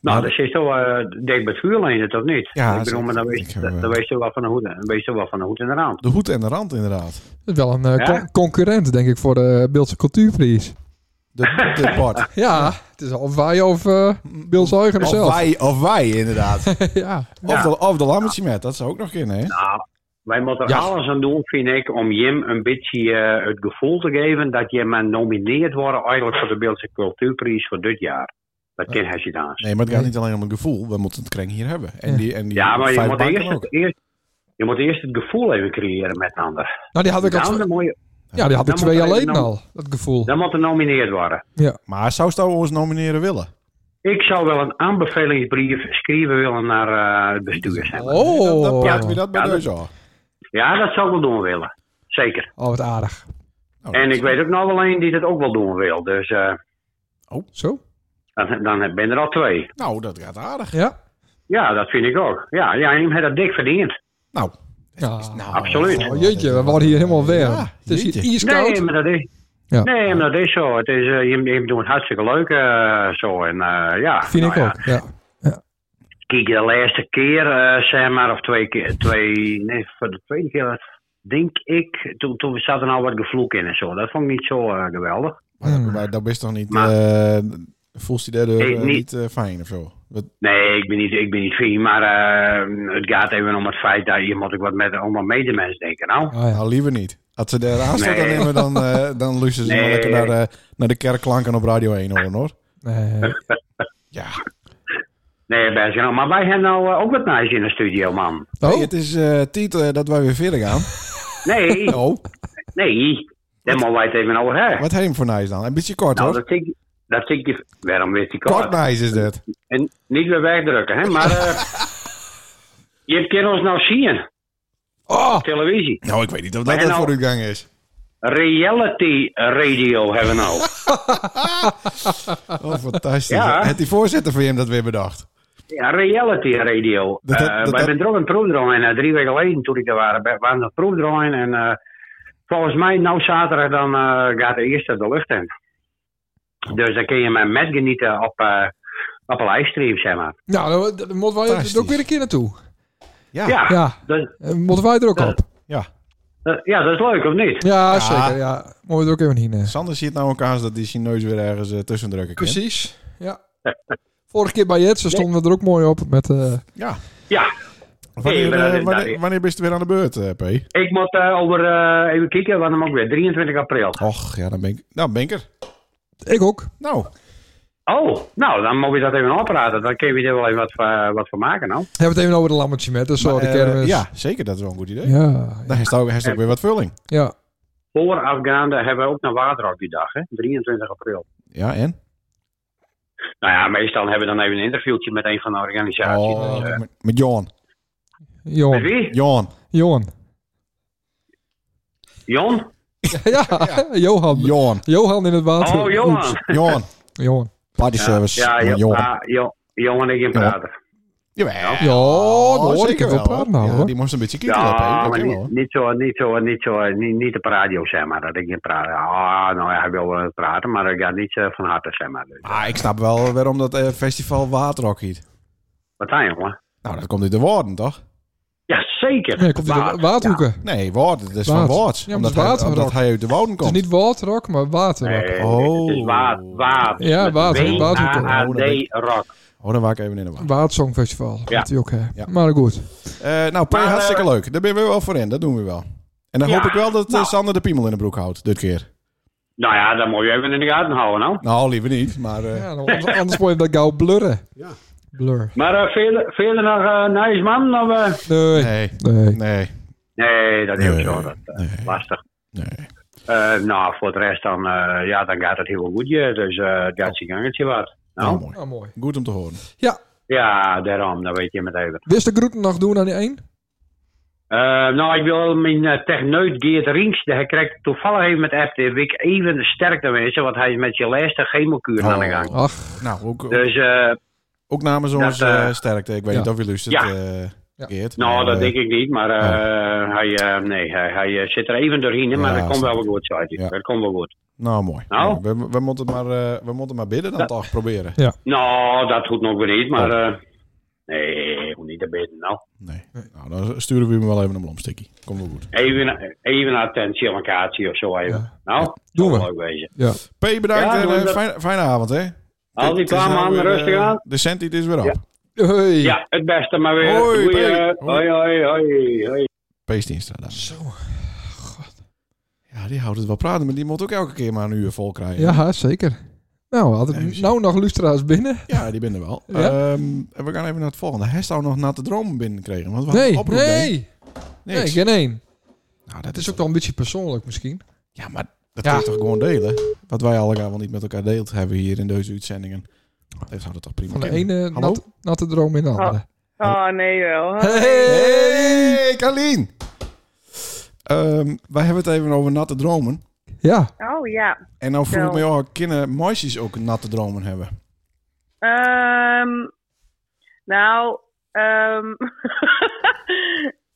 S5: Nou,
S3: Maar-
S5: dat is toch eh denk bij het vuurlijnen, toch niet?
S3: Ja,
S5: ik bedoel, maar dan
S3: zeker. Ik
S5: weet,
S3: heb, eh,
S5: dan weet je wel van de hoed, dan weet je wel van de hoed en de rand.
S3: De hoed en de rand, inderdaad.
S4: Dat is wel een eh,
S5: Ja?
S4: con- concurrent, denk ik, voor de Beeldse Cultuurprijs.
S3: De, de bord.
S4: Ja, het is of wij of eh Beeld Zuiger
S3: Of
S4: zelf.
S3: wij, of wij, inderdaad.
S4: ja.
S3: Of de, of de lammetje met, dat zou ook nog kunnen, hè?
S5: Nou, wij moeten er
S4: Ja.
S5: alles aan doen, vind ik, om Jim een beetje eh, het gevoel te geven dat je maar nomineerd wordt eigenlijk voor de Beeldse Cultuurprijs voor dit jaar. Dat kan hij zich aan.
S3: Nee, maar het gaat
S4: Nee.
S3: niet alleen om het gevoel. We moeten het kring hier hebben. En
S4: Ja.
S3: die, en die
S5: Ja, maar je
S3: vijf
S5: moet,
S3: banken
S5: eerst
S3: ook.
S5: het, eerst, je moet eerst het gevoel even creëren met een ander.
S4: Nou, die had ik al
S5: Dan,
S4: twee,
S5: dan, moet je,
S4: ja, die had ik
S5: dan
S4: twee jaar
S5: moet er
S4: geleden
S5: nog-
S4: al, dat gevoel.
S5: dan moet er nomineerd worden.
S3: Maar zou Stouw ons nomineren willen?
S4: Oh.
S5: Ik zou wel een aanbevelingsbrief schrijven willen naar eh, het bestuur. zeg maar.
S3: Dan,
S4: Oh,
S3: dan praten we dat bij
S5: Ja, dat-
S3: deze al.
S5: Ja, dat zou ik wel doen willen. Zeker.
S4: oh wat aardig.
S3: Nou,
S5: En
S3: dat-
S5: ik weet ook nog wel één die dat ook wel doen wil. Dus eh,
S4: Zo?
S5: dan, dan ben er al twee.
S3: Nou, dat gaat aardig.
S4: Ja?
S5: Ja, dat vind ik ook. Ja, ja en hij heeft dat dik verdiend.
S3: Nou,
S4: Ja.
S5: Absoluut.
S4: Oh, jeetje, we worden hier helemaal weer.
S3: Ja,
S4: het is hier
S3: jeetje.
S4: ijskoud.
S5: Nee, maar dat is.
S4: Ja.
S5: Nee, maar dat is zo. Het is, eh, je, je doet het hartstikke leuk eh, zo. En, eh, ja,
S4: Vind
S5: nou
S4: ik
S5: ja.
S4: ook, ja.
S5: Kijk, de laatste keer, eh, zeg maar, of twee keer, twee, nee, voor de tweede keer, denk ik, toen, toen zat er nou wat gevloek in en zo. Dat vond ik niet zo eh, geweldig.
S3: Maar,
S4: Hmm.
S3: maar dat is toch niet...
S5: Maar-
S3: eh, voelt hij daardoor
S5: Nee,
S3: eh,
S5: niet-
S3: niet eh, fijn of zo? Wat,
S5: Nee, ik ben niet, ik ben niet vier, maar eh, het gaat even om het feit dat je moet ook wat met allemaal medemens denken. Nou,
S4: Ah, ja.
S3: nou, liever niet. Als ze daar aan staat,
S5: Nee.
S3: nemen, dan, eh, dan luisteren ze maar
S5: Nee.
S3: lekker naar de, naar de kerkklanken op Radio 1 horen, hoor.
S4: Nee.
S3: Ja,
S5: Nee, best wel. Maar wij hebben nou eh, ook wat nice in de studio, man.
S3: Nee,
S4: Oh,
S3: het is eh tijd eh, dat wij weer verder gaan.
S5: Nee,
S3: Oh,
S5: nee. Daar moeten wij het even over hebben.
S3: wat heen voor nice dan? Een beetje kort
S5: Nou,
S3: hoor.
S5: dat zie ik... Dat zie ik je... Waarom weet die
S3: Kort
S5: kort?
S3: nice is dat.
S5: En niet weer wegdrukken, hè. Maar eh, je hebt keer ons nou zien.
S4: oh
S5: Op televisie.
S3: Nou, ik weet niet of
S5: Maar
S3: dat
S5: en
S3: het
S5: nou-
S3: voor uw gang is.
S5: Reality radio hebben we nou.
S3: Oh, fantastisch.
S5: Ja.
S3: Het die voorzitter van hem dat weer bedacht.
S5: Ja, reality radio.
S3: Dat- dat-
S5: Eh,
S3: dat-
S5: wij zijn er ook een proefdraai en drie weken geleden toen ik er waren, we waren een proefdraai en eh, volgens mij nou zaterdag dan eh, gaat de eerste de lucht in. Dus dan kun je me met genieten op, eh, op een livestream, zeg maar.
S4: nou, dan- dan moeten wij er
S3: Fantastisch.
S4: ook weer een keer naartoe.
S3: Ja.
S5: Ja,
S4: Ja,
S5: Dat,
S4: eh, moeten wij er ook
S5: Ja.
S4: op.
S3: Ja.
S5: dat- ja, dat is leuk, of niet?
S4: Ja,
S3: Ja.
S4: zeker. Ja, moeten we er ook even heen. eh.
S3: Sander ziet nou een kans dat die Chinees weer ergens eh, tussen drukken kan.
S4: Precies, ja. Vorige keer bij Jetsen stonden we er ook mooi op met... eh,
S3: Ja.
S5: Ja,
S3: Wanneer,
S5: maar
S3: eh,
S5: dat is- dat
S3: wanneer,
S5: is-
S3: wanneer ben je weer aan de beurt, eh, P?
S5: ik moet eh, over, eh, even kijken, want dan ook weer 23 april.
S3: Och, ja, dan ben ik, nou, ben ik er.
S4: ik ook.
S3: Nou,
S5: Oh, nou, dan moet je dat even opraten. Dan kun je er wel even wat, voor- wat van maken, nou.
S4: We hebben het even over de lammetje met, dus zo, de
S3: eh,
S4: kermis.
S3: ja, zeker. Dat is wel een goed idee.
S4: Ja, ja,
S3: Dan heeft hij ook, heeft hij ook weer wat vulling.
S4: ja.
S5: Voorafgaande hebben we ook naar water op die dag, hè? 23 april.
S3: Ja, en?
S5: Nou ja, meestal hebben we dan even een interviewtje met een van de organisaties.
S3: Oh,
S5: Dus, eh,
S3: met, met Johan.
S5: met
S4: Johan.
S5: wie?
S3: Johan.
S4: Johan.
S5: Jon?
S4: Ja, Johan.
S3: Johan.
S4: Johan in het water.
S5: Oh, Johan.
S4: Oeps.
S3: Johan.
S4: Johan.
S3: Party service.
S5: Ja,
S3: met
S5: ja,
S3: Johan.
S5: ja, Jo- Johan en ik in
S3: Johan.
S5: praten.
S3: Jawel. Oh,
S4: Ja, dat hoor ik
S3: zeker
S4: het wel praten nou,
S3: Ja,
S4: hoor.
S3: Die moest een beetje kieken.
S5: Ja,
S3: op, hè. Dat
S5: maar
S3: ken je wel,
S5: niet,
S3: hoor.
S5: niet zo, niet zo, niet zo, niet, niet op de radio, zeg maar. Dat ik niet praat. Ah, nou ja, hij wil wel praten, maar ik ga niet eh, van harte, zeg maar. Dus, eh,
S3: Ah, ik snap wel waarom dat eh, festival Waterrock heet.
S5: Wat zijn, jongen?
S3: Nou, dat komt uit de woorden, toch?
S5: Ja, zeker.
S4: Nee, komt uit de
S5: Waard.
S4: waterhoeken.
S3: Nee, woorden. Dat is
S4: Waard.
S3: van Waards.
S4: Ja, maar
S3: omdat,
S4: het is
S3: hij,
S4: Waterrock.
S3: omdat hij uit de woorden
S4: Het is
S3: komt.
S4: niet waterrok, maar waterrok.
S5: Nee, nee,
S3: Oh.
S5: Het is waard, waard.
S4: Ja, waard, waardhoeken.
S5: W-A-A-D rock.
S3: Oh, dan waak ik even in de war.
S4: Watersongfestival.
S5: Ja.
S4: Dat die ook, hè.
S3: Ja.
S4: Maar goed.
S3: Eh, nou, P,
S5: Maar, eh,
S3: hartstikke leuk. Daar ben we wel voor in. Dat doen we wel. En dan
S5: Ja,
S3: hoop ik wel dat eh,
S5: nou.
S3: Sander de piemel in de broek houdt, dit keer.
S5: Nou ja, dat moet je even in de gaten houden, nou.
S3: Nou, liever niet, maar... eh,
S4: Ja, dan- anders, anders moet je dat gauw blurren.
S2: Ja.
S4: Blur.
S5: Maar eh, verder, verder nog eh nice man? Of, eh?
S4: Nee.
S3: Nee,
S4: Nee.
S3: nee,
S5: Nee, dat is
S3: Nee,
S5: ook zo. Dat, eh,
S3: nee.
S5: Lastig.
S3: nee.
S5: Eh, nou, voor de rest dan, eh, ja, dan gaat het heel goed. ja. Dus eh het gaat zijn gangetje wat.
S3: Nou,
S5: Nou,
S3: mooi.
S4: Ah, mooi.
S3: Goed om te horen.
S5: ja, daarom, dat weet je meteen.
S4: Wist de groeten nog doen aan die één?
S5: Eh nou, ik wil mijn eh, techneut Geert Rinks, die hij krijgt toevallig even met app de week even sterkte wensen, want hij is met je laatste chemokuur aan de gang.
S3: Oh.
S4: Ach,
S3: Nou, ook, ook,
S5: Dus, eh,
S3: ook namens ons
S5: Dat, eh,
S3: eh, sterkte. Ik weet
S4: ja.
S3: niet of je luistert,
S5: Ja.
S3: eh,
S4: Ja.
S3: Geert.
S5: nou,
S3: maar,
S5: dat
S3: eh,
S5: denk ik niet, maar eh, hij, eh, nee, hij, hij eh, zit er even doorheen, maar
S3: Oh. Ja,
S5: dat komt wel
S3: snap
S5: weer goed, zei hij.
S3: Ja.
S5: Dat komt wel goed.
S3: Nou, mooi.
S5: Nou?
S3: Ja, we, we, moeten maar, eh, we moeten maar bidden dan toch proberen.
S5: Nou, dat hoeft nog weer niet, maar
S3: Oh.
S5: eh, nee, hoe niet te bidden, nou.
S3: Nee. Nou, dan sturen we hem wel even een blomstikkie. Komt wel goed.
S5: Even, even attentie aan locatie of zo even.
S4: Ja.
S5: Nou,
S4: Doen
S5: zal
S4: we.
S5: leuk wezen.
S4: ja.
S3: P, bedankt
S5: Ja,
S3: en
S5: doen we
S3: eh,
S5: dat.
S3: fijne, fijne avond, hè.
S5: Als
S3: Het
S5: die
S3: is
S5: klaar
S3: nou
S5: man,
S3: weer, eh,
S5: rustig aan.
S3: De centiet is weer op.
S5: Ja.
S4: Hey.
S5: Ja, het beste maar weer.
S3: Hoi,
S5: Doei,
S3: hey.
S5: eh, hoi, hoi, hoi, hoi.
S3: P. Stienstra dan.
S4: Zo.
S3: Ja, die houdt het wel praten, maar die moet ook elke keer maar een uur vol krijgen.
S4: Ja, zeker. Nou, had
S3: Ja,
S4: het
S3: precies.
S4: nou nog lustra's binnen?
S3: Ja, die ben er wel.
S4: Ja?
S3: Ehm, en we gaan even naar het volgende. Hij zou nog natte dromen binnenkregen. Want we hadden
S4: Nee,
S3: een oproep deed.
S4: nee,
S3: Niks.
S4: nee, geen één.
S3: Nou, dat
S4: Het is ook wel een beetje persoonlijk misschien.
S3: Ja, maar dat
S4: Ja.
S3: kun je toch gewoon delen? Wat wij allemaal niet met elkaar deeld hebben hier in deze uitzendingen. Dat zou dat toch prima
S4: Van de
S3: kunnen.
S4: ene
S3: Hallo?
S4: nat, natte droom in de andere.
S6: Oh, nee wel.
S4: Hey!
S3: Hey, Carlien! Ehm, wij hebben het even over natte dromen.
S4: Ja,
S6: Oh ja.
S3: En nou vroeg ik
S6: Nou.
S3: me, oh, kunnen meisjes ook natte dromen hebben?
S6: Ehm, nou, ehm,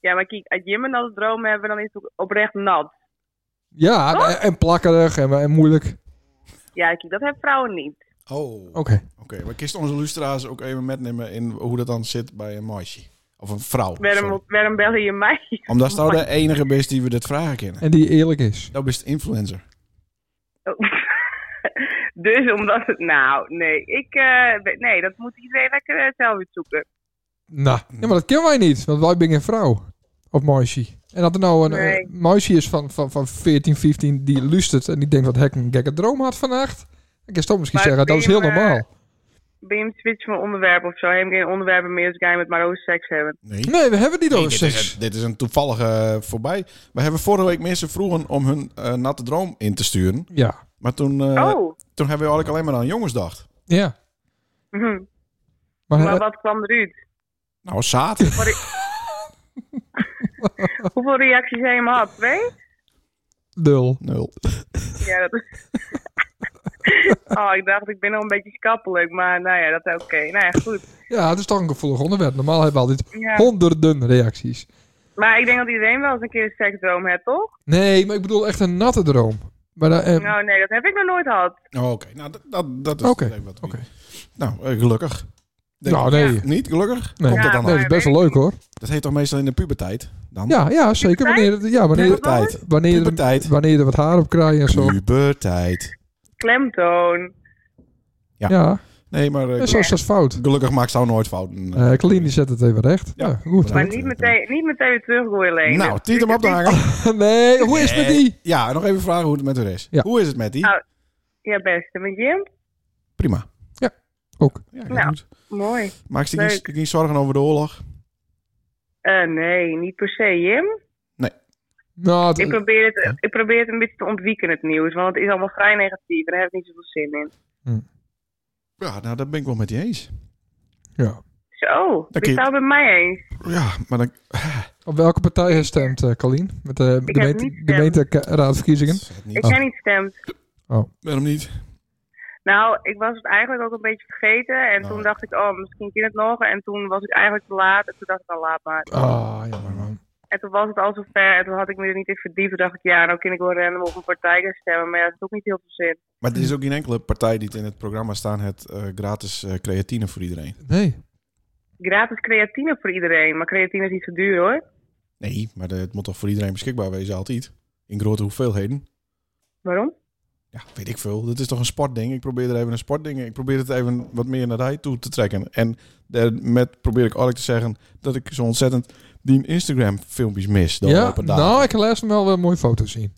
S6: ja, maar kijk, als Jim en als droom hebben, dan is het ook oprecht nat.
S4: ja en, en plakkerig en, en moeilijk. Oké.
S6: Ja, kijk, dat hebben vrouwen niet.
S3: Oh. Oké, maar kist onze lustra's ook even metnemen in hoe dat dan zit bij een meisje. Of een vrouw. sorry.
S6: Waarom, waarom bellen je mij?
S3: Omdat het nou de enige best die we dit vragen kennen.
S4: En die eerlijk is.
S3: Dat best influencer.
S6: Oh. dus omdat het, nou, nee, ik, eh, ben- nee, dat moet iedereen lekker eh, zelf uitzoeken.
S4: Nou, ja, maar dat kennen wij niet, want wij zijn een vrouw. Of meisje. En dat er nou een
S6: Nee.
S4: eh, meisje is van, van, van 14, 15 die lustert en die denkt dat hek een gekke droom had vannacht. Dan kan je toch misschien
S6: Maar
S4: zeggen, dat is
S6: ben
S4: heel
S6: je maar-
S4: normaal.
S6: bij hem switchen van onderwerp of zo. Hij heeft geen onderwerpen meer, dus ga je met maar over seks hebben.
S3: Nee.
S4: Nee, we hebben het niet over
S3: dit, is
S4: seks.
S3: een, dit is een toevallige eh, voorbij. We hebben vorige week mensen vroegen om hun eh, natte droom in te sturen.
S4: Ja.
S3: Maar toen, eh,
S6: oh,
S3: toen hebben we eigenlijk alleen maar aan jongens gedacht.
S4: Ja.
S6: mhm.
S4: Maar,
S6: maar
S4: eh,
S6: wat kwam eruit?
S3: Nou, zaten.
S6: Hoeveel reacties hij hem had? Twee?
S4: nul.
S3: Nul.
S6: Ja, dat is... Oh, ik dacht, ik ben nog een beetje schappelijk, maar nou ja, dat is oké. Nou ja, goed.
S4: Ja, het is toch een gevoelig onderwerp. Normaal hebben we altijd
S6: Ja.
S4: honderden reacties.
S6: Maar ik denk dat iedereen wel eens een keer een seksdroom heeft, toch?
S4: Nee, maar ik bedoel echt een natte droom. Maar daar, eh,
S6: Nou nee, dat heb ik nog nooit gehad.
S3: Oh, Oké, nou dat, dat, dat is
S4: Oké,
S3: het idee wat we-
S4: oké.
S3: Nou, eh, gelukkig. Denk
S4: nou
S3: ik.
S4: nee.
S3: Niet gelukkig?
S4: Nee.
S3: Komt dat
S6: Ja,
S3: dan
S4: Nee,
S3: uit?
S4: dat is best wel leuk hoor.
S3: Dat heet toch meestal in de puberteit? Dan?
S4: Ja, ja zeker. Wanneer, het- ja, wanneer,
S3: Puberteit.
S4: wanneer,
S3: Puberteit.
S4: er, wanneer je er wat haar op krijgt en zo.
S3: Puberteit.
S6: Klemtoon.
S3: Ja.
S4: Ja,
S3: Nee, maar eh,
S4: en zo is dat fout.
S3: gelukkig maakt ze nou nooit fouten.
S4: Eh Clean die zet het even recht.
S3: Ja.
S4: Ja, goed.
S6: Maar
S3: Goed,
S6: niet
S3: eh,
S6: meteen, niet meteen weer teruggooien, Leen.
S3: nou, tiet hem op de hanger.
S4: Nee, hoe is het met die?
S3: Ja, en nog even vragen hoe het met haar is.
S4: Ja.
S3: Hoe is het met die?
S6: Nou. Ja, beste. Met Jim?
S3: Prima.
S4: Ook.
S3: Ja, heel
S6: Nou.
S3: goed.
S6: Mooi.
S3: Maak je
S6: Leuk.
S3: niet, niet zorgen over de oorlog?
S6: Eh, nee, niet per se, Jim.
S4: Nou, het-
S6: Ik probeer, het, ik probeer het een beetje te ontwieken, het nieuws. Want het is allemaal vrij negatief. Daar heb ik niet zoveel zin in.
S3: Ja, nou, dat ben ik wel met je eens.
S4: ja.
S6: Zo,
S3: Dank
S6: wie
S3: je.
S6: zou bij mij eens?
S3: Ja, maar dan...
S4: Op welke partij hij stemt, eh Colleen? Met de
S6: heb
S4: gemeente-
S6: niet gestemd.
S4: gemeenteraadverkiezingen?
S3: Het
S6: Ik
S3: niet.
S6: heb niet gestemd.
S4: Oh.
S3: Waarom niet?
S6: Nou, ik was het eigenlijk ook een beetje vergeten. En
S3: Nou,
S6: toen dacht ik, oh, misschien kan het nog. En toen was ik eigenlijk te laat. En toen dacht ik, al laat maar.
S4: Ah, jammer man.
S6: En toen was het al zover. En toen had ik me er niet in verdiept. Toen dacht ik, ja, nou kan ik wel random op een partij gaan stemmen. Maar ja, dat is ook niet heel veel zin.
S3: Maar er is ook geen enkele partij die het in het programma staan... het eh, gratis eh, creatine voor iedereen.
S4: Nee.
S6: Gratis creatine voor iedereen. Maar creatine is niet zo duur, hoor.
S3: Nee, maar de- het moet toch voor iedereen beschikbaar wezen altijd? In grote hoeveelheden?
S6: Waarom?
S3: Ja, weet ik veel. Dit is toch een sportding? Ik probeer er even een sportding... Ik probeer het even wat meer naar hij toe te trekken. En daarmee probeer ik eigenlijk te zeggen... dat ik zo ontzettend die Instagram-filmpjes mis de
S4: Ja,
S3: afgelopen dagen.
S4: nou, ik laat hem wel weer mooie foto's zien.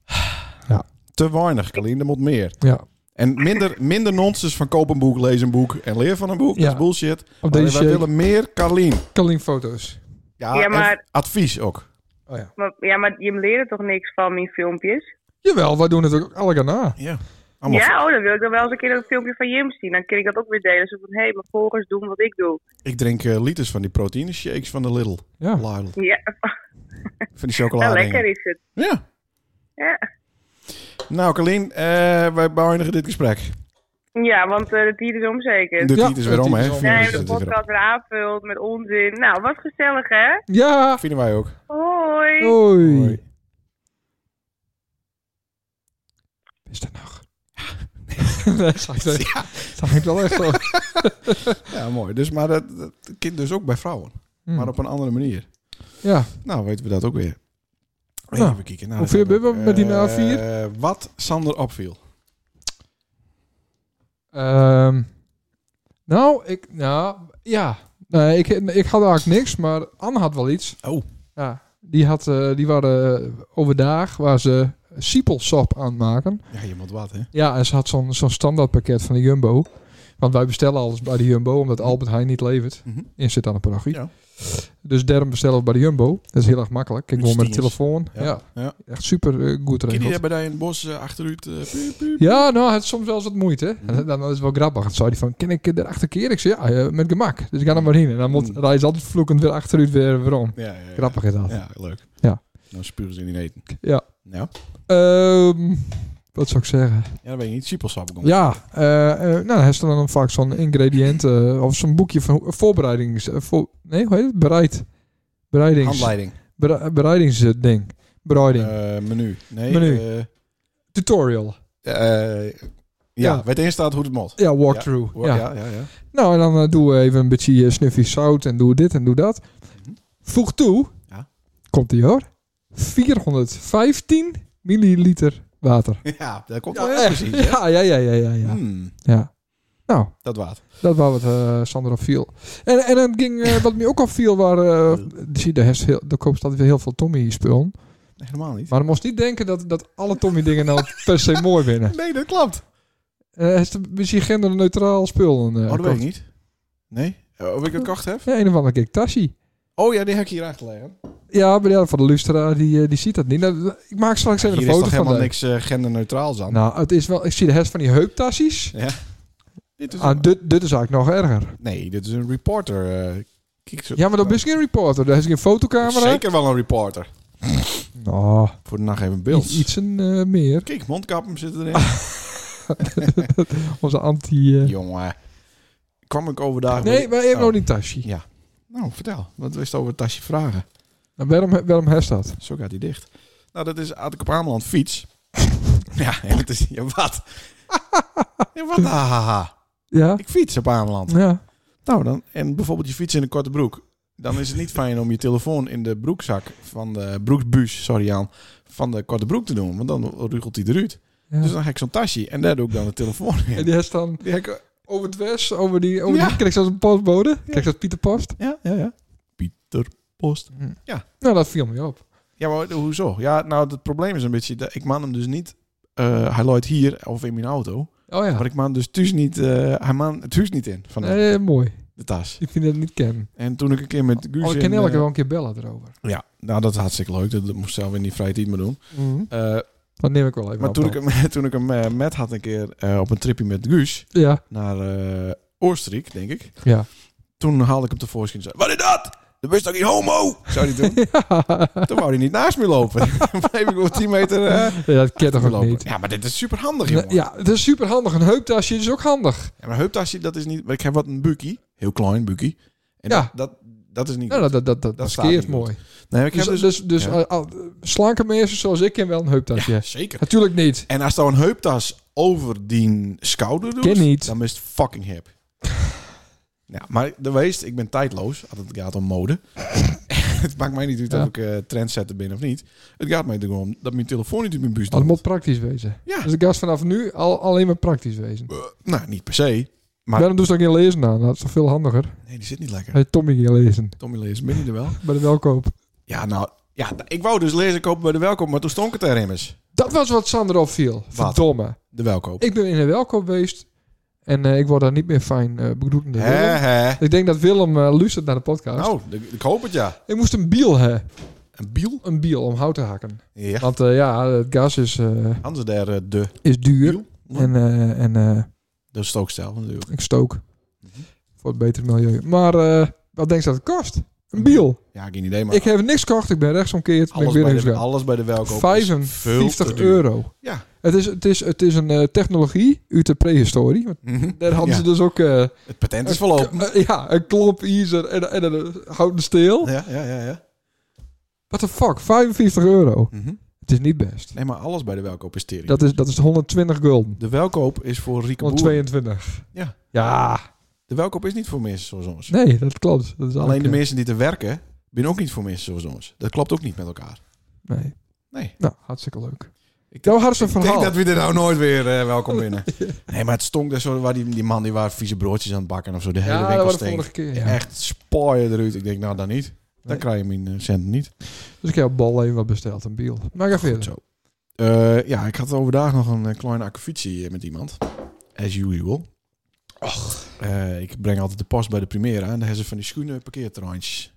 S3: Te weinig, Kalien. Er moet meer.
S4: Ja.
S3: En minder, minder nonsens van koop een boek, lees een boek en leer van een boek. Dat
S4: Ja.
S3: is bullshit.
S4: Op
S3: Maar
S4: deze
S3: wij
S4: shake.
S3: willen meer Carlien.
S4: Colleen foto's.
S3: Ja,
S6: Ja,
S3: en
S6: maar-
S3: advies ook.
S4: Oh ja.
S6: Maar, ja, maar je leert er toch niks van, die filmpjes?
S4: Jawel, wij doen het ook alle na.
S3: Ja, allemaal
S6: ja, oh, dan wil ik dan wel eens een keer een filmpje van Jim zien. Dan kan ik dat ook weer delen. Zo van, hé, hey, mijn volgers doen wat ik doe.
S3: Ik drink eh, liters van die proteïne shakes van de Lidl.
S4: Ja.
S3: Lidl.
S6: Ja,
S3: Van die
S6: nou,
S3: chocolade.
S6: lekker is het.
S3: Ja.
S6: Ja.
S3: Nou, Carlien, eh, wij beëindigen dit gesprek.
S6: Ja, want eh, het hier is om zeker.
S3: De
S4: Ja,
S3: tiet is weer
S4: de
S3: om,
S4: tiet
S3: hè?
S4: is om.
S3: Vier
S6: Ja,
S4: Nee,
S3: uur
S6: hebben
S3: zit het
S6: de
S3: weer
S6: podcast weer aanvuld met onzin. Nou, wat gezellig, hè?
S4: Ja.
S3: op. Vinden wij ook.
S6: Hoi!
S4: Hoi.
S3: Hoi.
S4: Is dat nog? Nee, zag ik, wel- zag ik wel echt zo.
S3: Ja, mooi. Dus, maar dat, dat kind dus ook bij vrouwen.
S4: Hmm.
S3: Maar op een andere manier.
S4: Ja.
S3: Nou, weten we dat ook weer. Even
S4: Nou,
S3: kijken. Nou,
S4: hoeveel
S3: dat
S4: hebben we
S3: ook.
S4: met die
S3: Eh,
S4: na vier?
S3: wat Sander opviel.
S4: Ehm, nou, ik, nou, ja. Nee, ik, ik had eigenlijk niks, maar Anne had wel iets.
S3: Oh.
S4: Ja, die, had, eh, die waren overdag, waar ze siepelsap aan het maken.
S3: Ja, je moet wat, hè?
S4: Ja, en ze had zo'n zo'n standaardpakket van de Jumbo. Want wij bestellen alles bij de Jumbo, omdat Albert Heijn niet levert.
S3: Mhm.
S4: In zit aan de parochie.
S3: Ja.
S4: Dus daarom bestellen we bij de Jumbo. Dat is heel erg makkelijk. Ik
S3: Met
S4: gewoon met de
S3: stiers.
S4: telefoon. Ja.
S3: Ja. Ja.
S4: Echt super eh, goed
S3: Kun je
S4: regeld.
S3: hebben daar in het bos eh, achteruit? eh, piep, piep.
S4: Ja, nou, het is soms wel eens wat moeite. hè.
S3: Mhm.
S4: En dan is het wel grappig. Dan zei hij van, ken ik erachter keer? Ik zei, ja, eh, met gemak. Dus ik ga er maar heen. En dan moet,
S3: Mm.
S4: rijdt ze altijd vloekend weer achteruit weer, weer om.
S3: Ja, ja, ja.
S4: Grappig is dat.
S3: Ja, leuk.
S4: Ja.
S3: Dan spuren ze in die eten.
S4: Ja.
S3: Ja,
S4: Ehm, wat zou ik zeggen?
S3: ja dan ben je niet siepelsap gekomen.
S4: Ja, eh, eh, nou, hij stelt dan vaak zo'n ingrediënt eh, of zo'n boekje van hoe- voorbereidings... eh, voor, nee, hoe heet het? Bereid. Bereidings...
S3: Handleiding.
S4: bere- bereidingsding. Bereiding.
S3: Eh, menu. Nee.
S4: Menu.
S3: eh,
S4: Tutorial.
S3: eh, ja,
S4: Ja.
S3: waar het in staat hoe het moet.
S4: Ja, walkthrough.
S3: Ja, ja, ja. ja.
S4: Nou, en dan eh, doen we even een beetje eh, snuffy zout en doe dit en doe dat. Voeg toe,
S3: Mhm. Ja.
S4: komt die hoor, 415 milliliter water.
S3: Ja, dat komt wel
S4: Ja,
S3: heel
S4: echt.
S3: precies. hè?
S4: ja, ja, ja, ja, ja, ja.
S3: Hmm,
S4: ja. Nou,
S3: dat waard.
S4: dat was wat eh Sander viel. En, en dan ging, eh, wat me ook afviel, waar, eh, zie, je, daar, heeft heel, daar koopt altijd weer heel veel Tommy-spullen.
S3: Nee, helemaal niet.
S4: Maar dan moest niet denken dat, dat alle Tommy-dingen nou per se mooi winnen.
S3: Nee, dat klopt.
S4: Eh, is het misschien genderneutraal spul? Een, eh,
S3: Oh, dat weet ik
S4: kocht?
S3: niet. Nee? Eh, Of ik het kocht heb?
S4: Ja, een of andere keer tasje.
S3: Oh ja, die heb ik hier aangelegd.
S4: Ja, maar ja, van de luisteraar, die, eh, die ziet dat niet. Nou, ik maak straks even
S3: Hier is
S4: een foto
S3: toch
S4: van.
S3: helemaal
S4: de-
S3: niks eh, genderneutraals aan?
S4: Nou, het is wel, ik zie de rest van die heuptassies.
S3: Dit is
S4: Ah, dit, dit is eigenlijk nog erger.
S3: Nee, dit is een reporter. eh, kijk zo-
S4: Ja, maar dat is geen reporter. Daar is geen fotocamera.
S3: Zeker wel een reporter.
S4: Nou,
S3: Voor de nacht even beeld. Ah.
S4: iets, iets en, eh, meer.
S3: Kijk, mondkappen zitten erin.
S4: Onze anti... eh,
S3: Jongen. Kwam ik overdag...
S4: Nee, maar even
S3: Oh.
S4: nog die tasje.
S3: Nou, vertel. Wat wist over het tasje vragen?
S4: Nou, waarom, waarom heeft dat?
S3: Zo gaat hij dicht. Nou, dat is had ik op Ameland fiets. ja, en dat is... Ja, wat? ja, wat? Ah, ah, ah.
S4: Ja?
S3: Ik fiets op Ameland.
S4: Ja.
S3: Nou, dan... En bijvoorbeeld je fiets in een korte broek. Dan is het niet fijn om je telefoon in de broekzak van de broeksbuus, sorry aan, van de korte broek te doen. Want dan rugelt hij eruit.
S4: ja.
S3: Dus dan ga ik zo'n tasje en daar doe ik dan de telefoon in.
S4: En die heeft dan
S3: Die heb ik-
S4: over het west, over die... Over
S3: Ja.
S4: die krijg je zelfs een postbode. Krijg je dat Pieter Post.
S3: Ja, ja, ja. Pieter Post.
S4: Nou, dat viel me op.
S3: Ja, maar hoezo? Ja, nou, het probleem is een beetje... dat Ik maand hem dus niet... eh, hij looit hier of in mijn auto.
S4: Oh ja.
S3: Maar ik maand dus thuis niet... eh, hij maand het huis niet in van de,
S4: Eh, mooi.
S3: de tas.
S4: Ik vind dat niet kennen.
S3: En toen ik een keer met Guus...
S4: Oh, ik
S3: in,
S4: ken elke
S3: eh,
S4: wel een keer bellen erover.
S3: Ja, nou, dat is hartstikke leuk. Dat, dat moest zelf in die vrije tijd maar doen. Eh,
S4: Dat neem ik wel even
S3: maar
S4: op
S3: toen ik,
S4: Nou, dan.
S3: hem, toen ik hem eh, met had een keer eh, op een tripje met Guus...
S4: Ja,
S3: naar eh, Oostenrijk, denk ik.
S4: ja.
S3: Toen haalde ik hem tevoorschijn en zei... Wat is dat? Dan ben je toch niet homo? Zou hij doen. Toen wou hij niet naast me lopen. Dan bleef ik wel 10 meter... eh,
S4: Ja, dat kent toch ook
S3: lopen.
S4: niet.
S3: Ja, maar dit is super handig,
S4: Nee,
S3: jongen. Ja.
S4: Ja, het is super handig. Een heuptasje is ook handig.
S3: maar een heuptasje, dat is niet... maar Ik heb wat een bukie. Heel klein bukie. En
S4: Ja.
S3: dat, dat, dat is niet...
S4: Nou, dat, dat, dat, dat,
S3: staat
S4: maskeert
S3: niet goed.
S4: mooi.
S3: nee, ik
S4: Dus,
S3: heb
S4: dus,
S3: dus...
S4: dus,
S3: ja.
S4: eh, al- slanke mensen zoals ik ken wel een heuptasje.
S3: ja, zeker.
S4: Natuurlijk niet.
S3: En als nou een heuptas over die schouder doet...
S4: Ken niet.
S3: Dan is het fucking hip. Ja, maar de weest, ik ben tijdloos. Als het gaat om mode. het maakt mij niet uit
S4: Ja.
S3: of ik eh trendsetter ben of niet. Het gaat mij er gewoon om dat mijn telefoon niet in mijn buis
S4: Dat
S3: doet.
S4: moet praktisch wezen.
S3: Ja.
S4: Dus ik ga vanaf nu al, alleen maar praktisch wezen.
S3: Nou, niet per se. Maar-
S4: Daarom doe ze ook geen lezen aan. Dat is toch veel handiger.
S3: Nee, die zit niet lekker.
S4: Hey, Tommy geen lezen.
S3: Tommy Lees, ben je er wel?
S4: Bij de welkoop.
S3: Ja, nou... Ja, ik wou dus lezen kopen bij de welkoop, maar toen stonk het er immers.
S4: Dat was wat Sander opviel. Verdomme.
S3: De welkoop.
S4: Ik ben in de welkoop geweest. En eh, ik word daar niet meer fijn eh bedoeld. door
S3: Hè,
S4: Willem.
S3: hè.
S4: Ik denk dat Willem eh, luistert naar de podcast.
S3: Nou, ik, ik hoop het ja.
S4: Ik moest een biel hebben.
S3: Een biel?
S4: Een biel om hout te hakken.
S3: Ja.
S4: Want eh, ja, het gas is, eh,
S3: Anders daar eh, de,
S4: is duur.
S3: Biel?
S4: En, eh, en eh,
S3: de stookstijl natuurlijk.
S4: ik stook.
S3: Mhm.
S4: Voor het betere milieu. Maar eh, wat denk je dat het kost? Een biel.
S3: Ja, geen idee, maar
S4: Ik heb niks gekocht. Ik ben rechtsomkeerd. Ben ik
S3: alles,
S4: weer
S3: bij
S4: naar
S3: de,
S4: huis
S3: alles bij de welkoop is
S4: gegaan.
S3: veel te
S4: 55
S3: duur.
S4: euro.
S3: Ja.
S4: Het is, het is, het is een eh, technologie uit de prehistorie. Want
S3: Mhm.
S4: daar hadden
S3: Ja,
S4: ze dus ook... eh,
S3: Het patent is verlopen.
S4: K- eh, ja, een klomp ijzer en, en een houten steel.
S3: Ja, ja, ja. ja.
S4: What the fuck? 45 euro.
S3: Mhm.
S4: Het is niet best.
S3: Nee, maar alles bij de welkoop is tering.
S4: Dat is, dat is 120 gulden.
S3: De welkoop is voor rieke boeren.
S4: 122.
S3: Ja.
S4: Ja.
S3: De welkoop is niet voor mensen zoals ons.
S4: Nee, dat klopt. Dat is
S3: Alleen de
S4: eigenlijk,
S3: mensen die er werken, zijn ook niet voor mensen zoals ons. Dat klopt ook niet met elkaar.
S4: eh, Nee.
S3: Nee.
S4: Nou, hartstikke leuk.
S3: denk-
S4: nou, hadden ze een
S3: Ik
S4: verhaal.
S3: denk dat we er nou nooit weer eh, welkom binnen. Nee, maar het stonk daar zo. Waar die, die man die waren vieze broodjes aan het bakken of zo. De hele
S4: ja, dat
S3: winkel
S4: was de
S3: stinkt.
S4: vorige keer. Ja.
S3: Ja, Echt spaaien eruit. Ik denk, nou dan niet. Dan
S4: Nee.
S3: krijg je mijn eh, centen niet.
S4: Dus ik heb bal even wat besteld, een biel. Maar ga
S3: Goed
S4: verder.
S3: zo. Eh, ja, ik had overdag nog een eh, kleine akkefietje eh, met iemand. As usual. Och. ik breng altijd de post bij de Primera. En daar hebben ze van die schoenen parkeerterreintjes.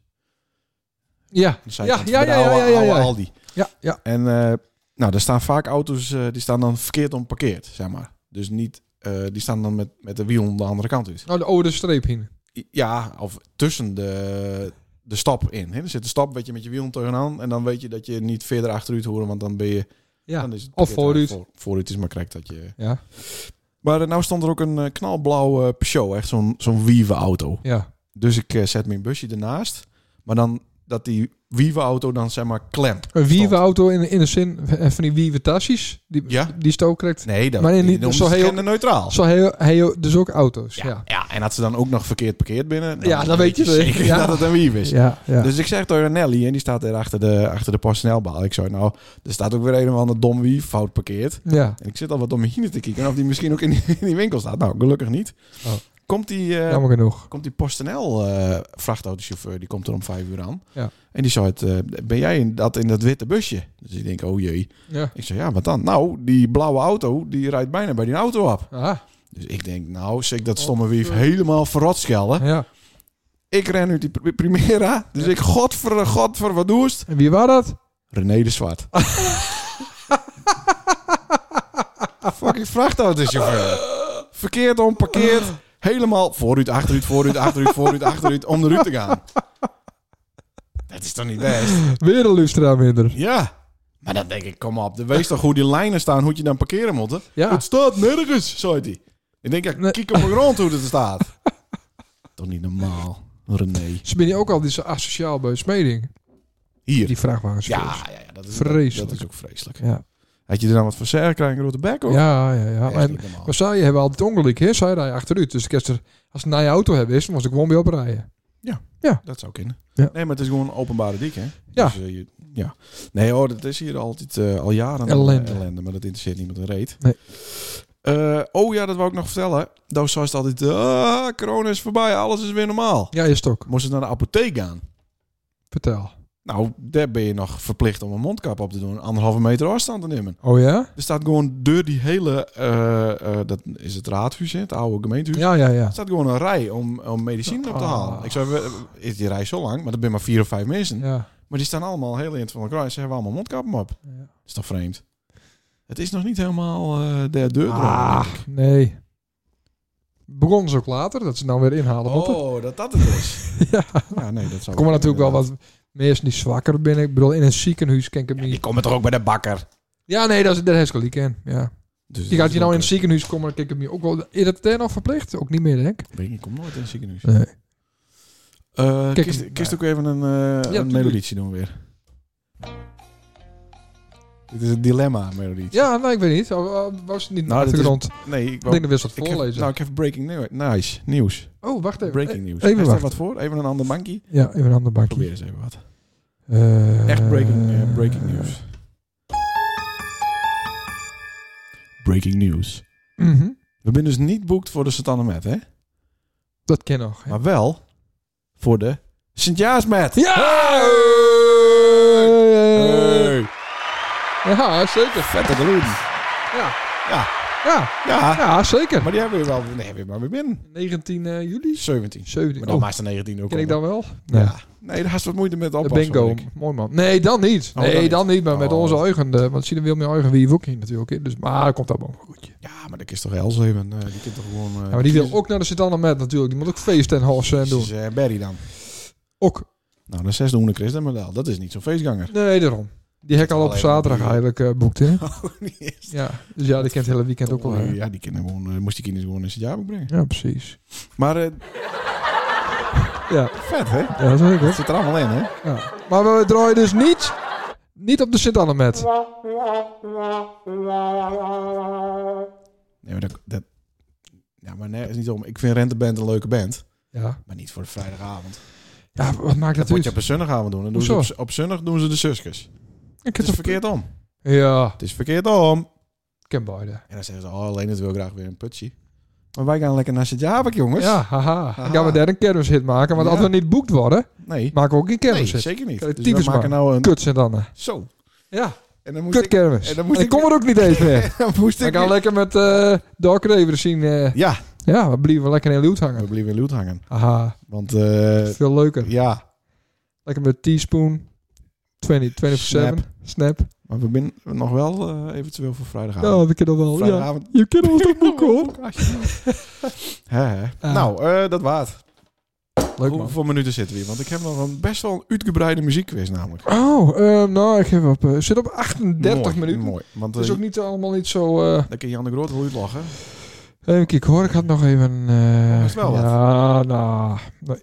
S4: Ja.
S3: Aan de
S4: Ja,
S3: zijkant
S4: ja,
S3: bij de
S4: ja, ja,
S3: oude-
S4: ja,
S3: oude
S4: ja.
S3: Aldi.
S4: Ja, ja.
S3: En eh, nou, daar staan vaak auto's, eh, die staan dan verkeerd om parkeerd, zeg maar. Dus niet, eh, die staan dan met, met de wiel de andere kant uit.
S4: Nou, de oude streep heen.
S3: I- Ja, of tussen de, de stap in. Hè. Er zit een stap, weet je, met je wiel tegenaan. En dan weet je dat je niet verder achteruit hoort, want dan ben je...
S4: Ja.
S3: dan is het
S4: of
S3: parkeerterrein
S4: vooruit.
S3: voor- vooruit is maar correct dat je...
S4: Ja.
S3: Maar eh, nou stond er ook een eh, knalblauwe Peugeot, echt zo'n zo'n wieve auto.
S4: Ja.
S3: Dus ik eh, zet mijn busje ernaast, maar dan dat die wieve auto dan zeg maar klemt.
S4: Een wievenauto in, in de zin van die wieven tasjes. Die,
S3: Ja.
S4: die stook krijgt.
S3: Nee, dat
S4: Maar in die-
S3: die noemen
S4: zo
S3: ze
S4: heel-
S3: genderneutraal.
S4: Zo heel, heel, dus ook auto's.
S3: Ja, ja.
S4: Ja.
S3: en had ze dan ook nog verkeerd parkeerd binnen.
S4: Ja, dan weet je het.
S3: zeker
S4: Ja.
S3: dat het een wief is.
S4: Ja. ja.
S3: Dus ik zeg tegen Nelly, en die staat daar achter de, achter de personeelbaal. Ik zei, nou, er staat ook weer een of ander dom wief fout parkeerd.
S4: ja.
S3: En ik zit al wat om me heen te kijken of die misschien ook in die, in die winkel staat. Nou, gelukkig niet.
S4: Oh.
S3: Komt die, eh
S4: Jammer genoeg.
S3: komt die PostNL eh, vrachtautochauffeur, die komt er om vijf uur aan.
S4: Ja.
S3: En die zei, het, eh, ben jij in dat, in dat witte busje? Dus ik denk, oh jee.
S4: Ja.
S3: Ik zei, ja, wat dan? Nou, die blauwe auto, die rijdt bijna bij die auto op.
S4: Ah,
S3: Dus ik denk, nou, zeg ik dat stomme wief helemaal verrot schellen.
S4: Ja.
S3: Ik ren uit die pri- Primera. Dus ik, godver, godver, wat doest?
S4: En wie was dat?
S3: René de Zwart. Fucking vrachtautochauffeur. Verkeerd om, parkeerd. Helemaal vooruit, achteruit, vooruit, achteruit, vooruit, achteruit. Om de ruit te gaan. Dat is toch niet best?
S4: Weer een lustraam minder.
S3: Ja. Maar dan denk ik, kom op. Dan wees toch hoe die lijnen staan, hoe je dan parkeren moet. hè?
S4: Ja.
S3: Het staat nergens, zei hij. Ik denk, ja,
S4: Nee.
S3: kijk op de grond hoe het er staat. toch niet normaal, René.
S4: Ze ben je ook al die zo asociaal bij Smeding.
S3: Hier.
S4: Die vrachtwagens.
S3: Ja, ja, ja, dat is
S4: Vreselijk.
S3: Dat is ook vreselijk.
S4: Ja,
S3: Had je er dan wat van zeggen krijgen door de bek ook?
S4: ja, ja. ja.
S3: Echt
S4: En,
S3: niet normaal.
S4: maar zij hebben altijd ongeluk, hè? Zij rijden achteruit. Dus ik heb er, als ze een je auto hebben, is, dan moest ik gewoon bij oprijden.
S3: Dat zou kunnen.
S4: Ja.
S3: Nee, maar het is gewoon een openbare dik, hè?
S4: Ja.
S3: Dus, eh, je- ja. Nee hoor, dat is hier altijd eh, al jaren
S4: Ellende.
S3: ellende. Maar dat interesseert niemand een reet.
S4: Nee.
S3: Eh, oh ja, dat wou ik nog vertellen. Daar zei ze altijd, ah, corona is voorbij, alles is weer normaal.
S4: Ja, is het ook.
S3: Moest ze naar de apotheek gaan.
S4: Vertel.
S3: Nou, daar ben je nog verplicht om een mondkap op te doen. Anderhalve meter afstand te nemen.
S4: Oh ja?
S3: Er staat gewoon door die hele... eh, eh, dat is het raadhuis, hè? het oude gemeentehuis.
S4: Ja, ja, ja.
S3: Er staat gewoon een rij om, om medicijn op te halen.
S4: Ah.
S3: Ik zei, we- is die rij zo lang? Maar er zijn maar vier of vijf mensen.
S4: Ja.
S3: Maar die staan allemaal heel eind van elkaar. en Ze hebben allemaal mondkappen op.
S4: Ja.
S3: Is toch vreemd? Het is nog niet helemaal eh der deur.
S4: Nee. Begon ze ook later, dat ze dan weer inhalen moeten.
S3: oh, dat dat het is.
S4: Ja.
S3: ja, nee, dat zou
S4: Er komen natuurlijk wel wat mensen die zwakker binnen. Ik bedoel, in een ziekenhuis ken ik het
S3: Ik
S4: niet.
S3: kom het toch ook bij de bakker.
S4: Ja, nee, dat is de Heskel, die ken. Ja.
S3: Dus
S4: Je gaat je nou in
S3: een
S4: het ziekenhuis komen, dan ken ik hem niet. Ook wel, is dat daar nog verplicht? Ook niet meer, denk ik.
S3: ziekenhuis. Ik kom nooit in het ziekenhuis.
S4: Nee.
S3: Eh
S4: Kijk,
S3: kist,
S4: maar-
S3: kist ook even een, eh een
S4: tuurlijk.
S3: melodietje doen weer. Dit is een dilemma melodietje.
S4: Ja, nee, ik weet niet. Oh, oh, Was het niet
S3: Nou,
S4: nou, de
S3: dat is-
S4: grond?
S3: Nee, ik
S4: Ik
S3: wou...
S4: denk dat we eens wat
S3: ik heb-
S4: voorlezen.
S3: nou, ik heb breaking news. Nice, nieuws.
S4: oh, wacht even.
S3: Breaking news.
S4: even
S3: Heeft daar
S4: wachten.
S3: wat voor? Even een ander bankie?
S4: Eh, Ja, even een ander
S3: Probeer
S4: bankje.
S3: eens even wat.
S4: Eh,
S3: Echt breaking, eh, breaking news. Breaking news.
S4: mhm.
S3: We zijn dus niet boekt voor de Satanemet, hè?
S4: Dat ken nog.
S3: Maar wel voor de Sint-Jaarsmet.
S4: Ja!
S3: Hey!
S4: Ja, zeker.
S3: Vette geluid.
S4: Ja.
S3: Ja.
S4: Ja,
S3: Ja,
S4: ja zeker.
S3: maar die hebben we wel. Nee, hebben we maar weer binnen.
S4: 19 eh, juli?
S3: 17.
S4: 17.
S3: Maar dan
S4: Oh,
S3: maakt de 19 ook
S4: ken ik
S3: al.
S4: dan wel?
S3: Ja. Nee, daar had wat moeite met
S4: De
S3: oppassen.
S4: bingo.
S3: hoor ik.
S4: Mooi man. Nee, dan niet.
S3: Oh,
S4: nee,
S3: dan
S4: dan
S3: niet.
S4: niet. maar met
S3: Oh.
S4: onze ogen. eh, want zien wil meer ogen wie je ook in natuurlijk. hè. Dus, maar dat komt allemaal wel goed. ja.
S3: Ja, maar dat is toch Els even. eh, die kent toch gewoon... eh,
S4: Ja, maar die wil
S3: kiezen.
S4: ook naar de Sint-Anna met natuurlijk. Die moet ook feest en halsen en doen.
S3: Jezus, eh, Barry dan.
S4: Ook.
S3: Nou, de zesde hoende Christen medaal. Dat is niet zo'n feestganger.
S4: Nee, daarom. Die hek al op
S3: Alleen
S4: zaterdag
S3: die-
S4: eigenlijk eh, boekt, hè?
S3: Nee.
S4: Ja. Dus ja, die kent het hele weekend ook wel. Oh, hè.
S3: Oh, ja, die kinderen gewoon, eh, moest die kinderen gewoon in zijn jaarboek brengen.
S4: Ja, precies.
S3: Maar eh,
S4: Ja,
S3: vet, hè?
S4: ja
S3: Dat
S4: zeker.
S3: zit er allemaal in, hè?
S4: Ja. Maar we draaien dus niet, niet op de Sint-Anna met.
S3: Nee, maar dat... dat ja, maar nergens niet om. Ik vind Renteband een leuke band.
S4: Ja.
S3: Maar niet voor de vrijdagavond. Dat,
S4: ja, wat maakt dat
S3: moet
S4: uit?
S3: je op een zondagavond doen. Dan doen ze op,
S4: Hoezo?
S3: op zondag doen ze de zusjes.
S4: Ik
S3: Het
S4: heb
S3: is
S4: toch-
S3: verkeerd om.
S4: Ja,
S3: Het is verkeerd om.
S4: ik ken beide.
S3: En dan zeggen ze, oh, alleen het wil graag weer een putje. Maar wij gaan lekker naar Sint-Jabek, jongens.
S4: Ja, haha.
S3: Haha.
S4: Dan gaan we daar een kernshit maken. Want
S3: Ja.
S4: als we niet boekt worden,
S3: Nee,
S4: maken we ook geen
S3: nee
S4: kermis.
S3: zeker niet.
S4: Kijk,
S3: Dus we
S4: tyfus
S3: maken
S4: maar.
S3: nou een...
S4: Kut sint anne
S3: Zo.
S4: Ja,
S3: En dan moest
S4: kut
S3: ik...
S4: kermis.
S3: en dan
S4: En dan,
S3: moest ik-
S4: kom er ook niet eens meer.
S3: Dan moest
S4: Dan
S3: ik...
S4: gaan we
S3: weer-
S4: lekker met eh Dark Raven zien. eh,
S3: Ja,
S4: ja, we blijven lekker in Lewt
S3: we
S4: hangen.
S3: blijven in Loet hangen.
S4: Haha,
S3: Want eh,
S4: veel leuker.
S3: ja,
S4: Lekker met Teaspoon. 20, 24-7. Snap.
S3: maar we zijn nog wel eh, eventueel voor vrijdagavond.
S4: Ja, we kunnen wel. Ja.
S3: vrijdagavond.
S4: Je kunt ons toch boeken hoor.
S3: Hè, hè.
S4: Ah.
S3: Nou, eh, dat waard.
S4: Leuk man.
S3: Hoeveel minuten zitten we hier? Want ik heb nog een best wel een uitgebreide muziekquiz namelijk.
S4: Oh, ehm, nou, ik heb op, eh, zit op 38
S3: Mooi,
S4: minuten.
S3: Mooi. Want
S4: Dat
S3: eh
S4: is ook niet allemaal niet zo... eh,
S3: dan kun je Jan de Groot wel uitlachen.
S4: Even kijken hoor, ik had nog even... eh
S3: Er is wel wat.
S4: ja, nou... Nee.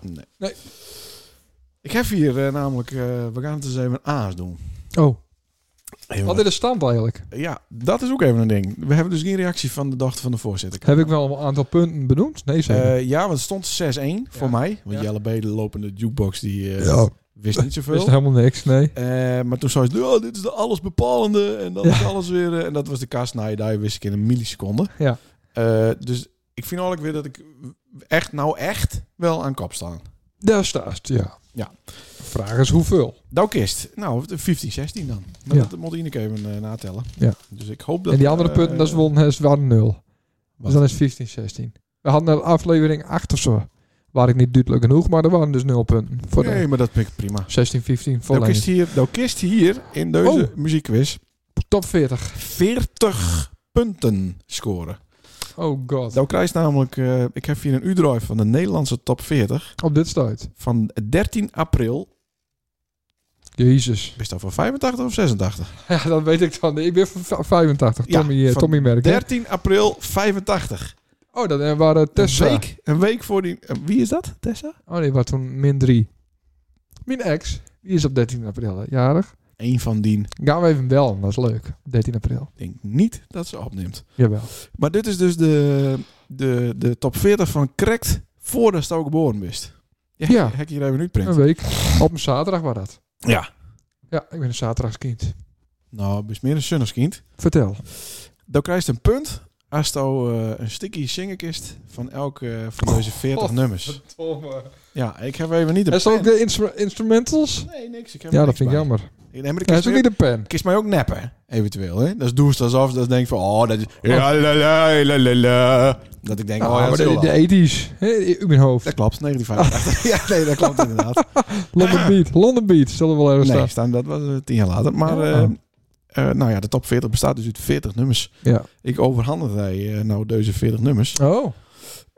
S3: Nee.
S4: Nee.
S3: Ik heb hier eh, namelijk, eh, we gaan het eens even aas doen.
S4: Oh,
S3: Heel
S4: wat is de stand eigenlijk?
S3: Ja, dat is ook even een ding. We hebben dus geen reactie van de dochter van de voorzitter.
S4: Heb ik wel een aantal punten benoemd? Nee, zeker.
S3: Eh, ja, want het stond 6-1 voor mij. Want
S4: Ja.
S3: Jelle B, de lopende jukebox, die eh,
S4: ja,
S3: wist niet zoveel.
S4: is helemaal niks, nee.
S3: Eh, maar toen zei ze, "Ja, dit is de allesbepalende. En dat
S4: Ja.
S3: is alles weer... eh," en dat was de kaas. Nou, ja, daar wist ik in een milliseconde.
S4: Ja.
S3: Eh, dus ik vind eigenlijk weer dat ik echt, nou echt, wel aan kop staan.
S4: Daar staat, ja.
S3: Ja.
S4: Vraag is hoeveel?
S3: Nou, kist. Nou, 15-16 dan. Maar
S4: Ja.
S3: dat moet ik even eh, natellen.
S4: Ja.
S3: Dus ik hoop dat...
S4: en die andere
S3: eh,
S4: punten, dat is wel een- is wel een nul.
S3: Wat?
S4: Dus dan is 15, 16. We hadden een aflevering 8 of zo. Waar ik niet duidelijk genoeg, maar er waren dus nul punten. Voor de
S3: Nee, maar dat vind ik prima.
S4: 16, 15,
S3: Nou kist,
S4: volledig.
S3: hier, nou kist hier in deze
S4: Oh.
S3: muziekquiz
S4: Top 40.
S3: 40 punten scoren.
S4: Oh god.
S3: Nou krijg je namelijk, eh, ik heb hier een U-drive van de Nederlandse top 40
S4: Op dit stuit.
S3: van 13 april.
S4: Jezus.
S3: Is dat van 85 of 86?
S4: Ja, dat weet ik dan. Ik ben van v- 85.
S3: Ja,
S4: Tommy, eh,
S3: van
S4: Tommy merk. hè?
S3: 13 april 85.
S4: Oh, dat eh, waren Tessa.
S3: Een week, een week voor die... eh, Wie is dat, Tessa?
S4: Oh nee, was toen min 3. Mijn ex, die is op 13 april hè, jarig.
S3: Eén van die.
S4: Gaan we even bellen, dat is leuk. 13 april.
S3: Ik denk niet dat ze opneemt.
S4: Jawel.
S3: Maar dit is dus de, de, de top 40 van Correct voordat je ook geboren bent. Ja.
S4: Ja.
S3: Heb ik hier even uitprint.
S4: Een week. Op een zaterdag was dat.
S3: Ja.
S4: Ja, ik ben een zaterdagskind.
S3: Nou, best meer een zonnigskind.
S4: Vertel.
S3: Dan krijg je een punt als je eh, een sticky singerkist van elke eh, van deze 40
S4: Oh, God.
S3: nummers. Ja, ik heb even niet
S4: En
S3: een
S4: zo ook
S3: pen.
S4: de instru- instrumentals?
S3: Nee, niks. Ik Oh, heb
S4: Ja,
S3: er
S4: dat
S3: niks
S4: vind
S3: bij.
S4: ik jammer.
S3: Ik, nee, maar ik
S4: Hij
S3: kist,
S4: is ook
S3: mij,
S4: niet de pen.
S3: kist mij ook neppen, eventueel. Hè? Dat is doe je alsof dat ik denk van, oh, dat is... Ja, la, la, la, la, la. Dat ik denk,
S4: Ah,
S3: oh, ja,
S4: maar
S3: dat,
S4: de,
S3: is
S4: de
S3: wel.
S4: 80s. Hè, in mijn hoofd.
S3: dat klopt, 1985. ja, nee, dat klopt inderdaad.
S4: London Beat. London Beat. Zullen we wel ergens
S3: Nee,
S4: staan.
S3: staan, dat was eh, tien jaar later. Maar
S4: Ja.
S3: eh, eh, nou ja, de top 40 bestaat dus uit 40 nummers.
S4: Ja.
S3: Ik overhandig hij eh, nou deze 40 nummers.
S4: Oh, oké.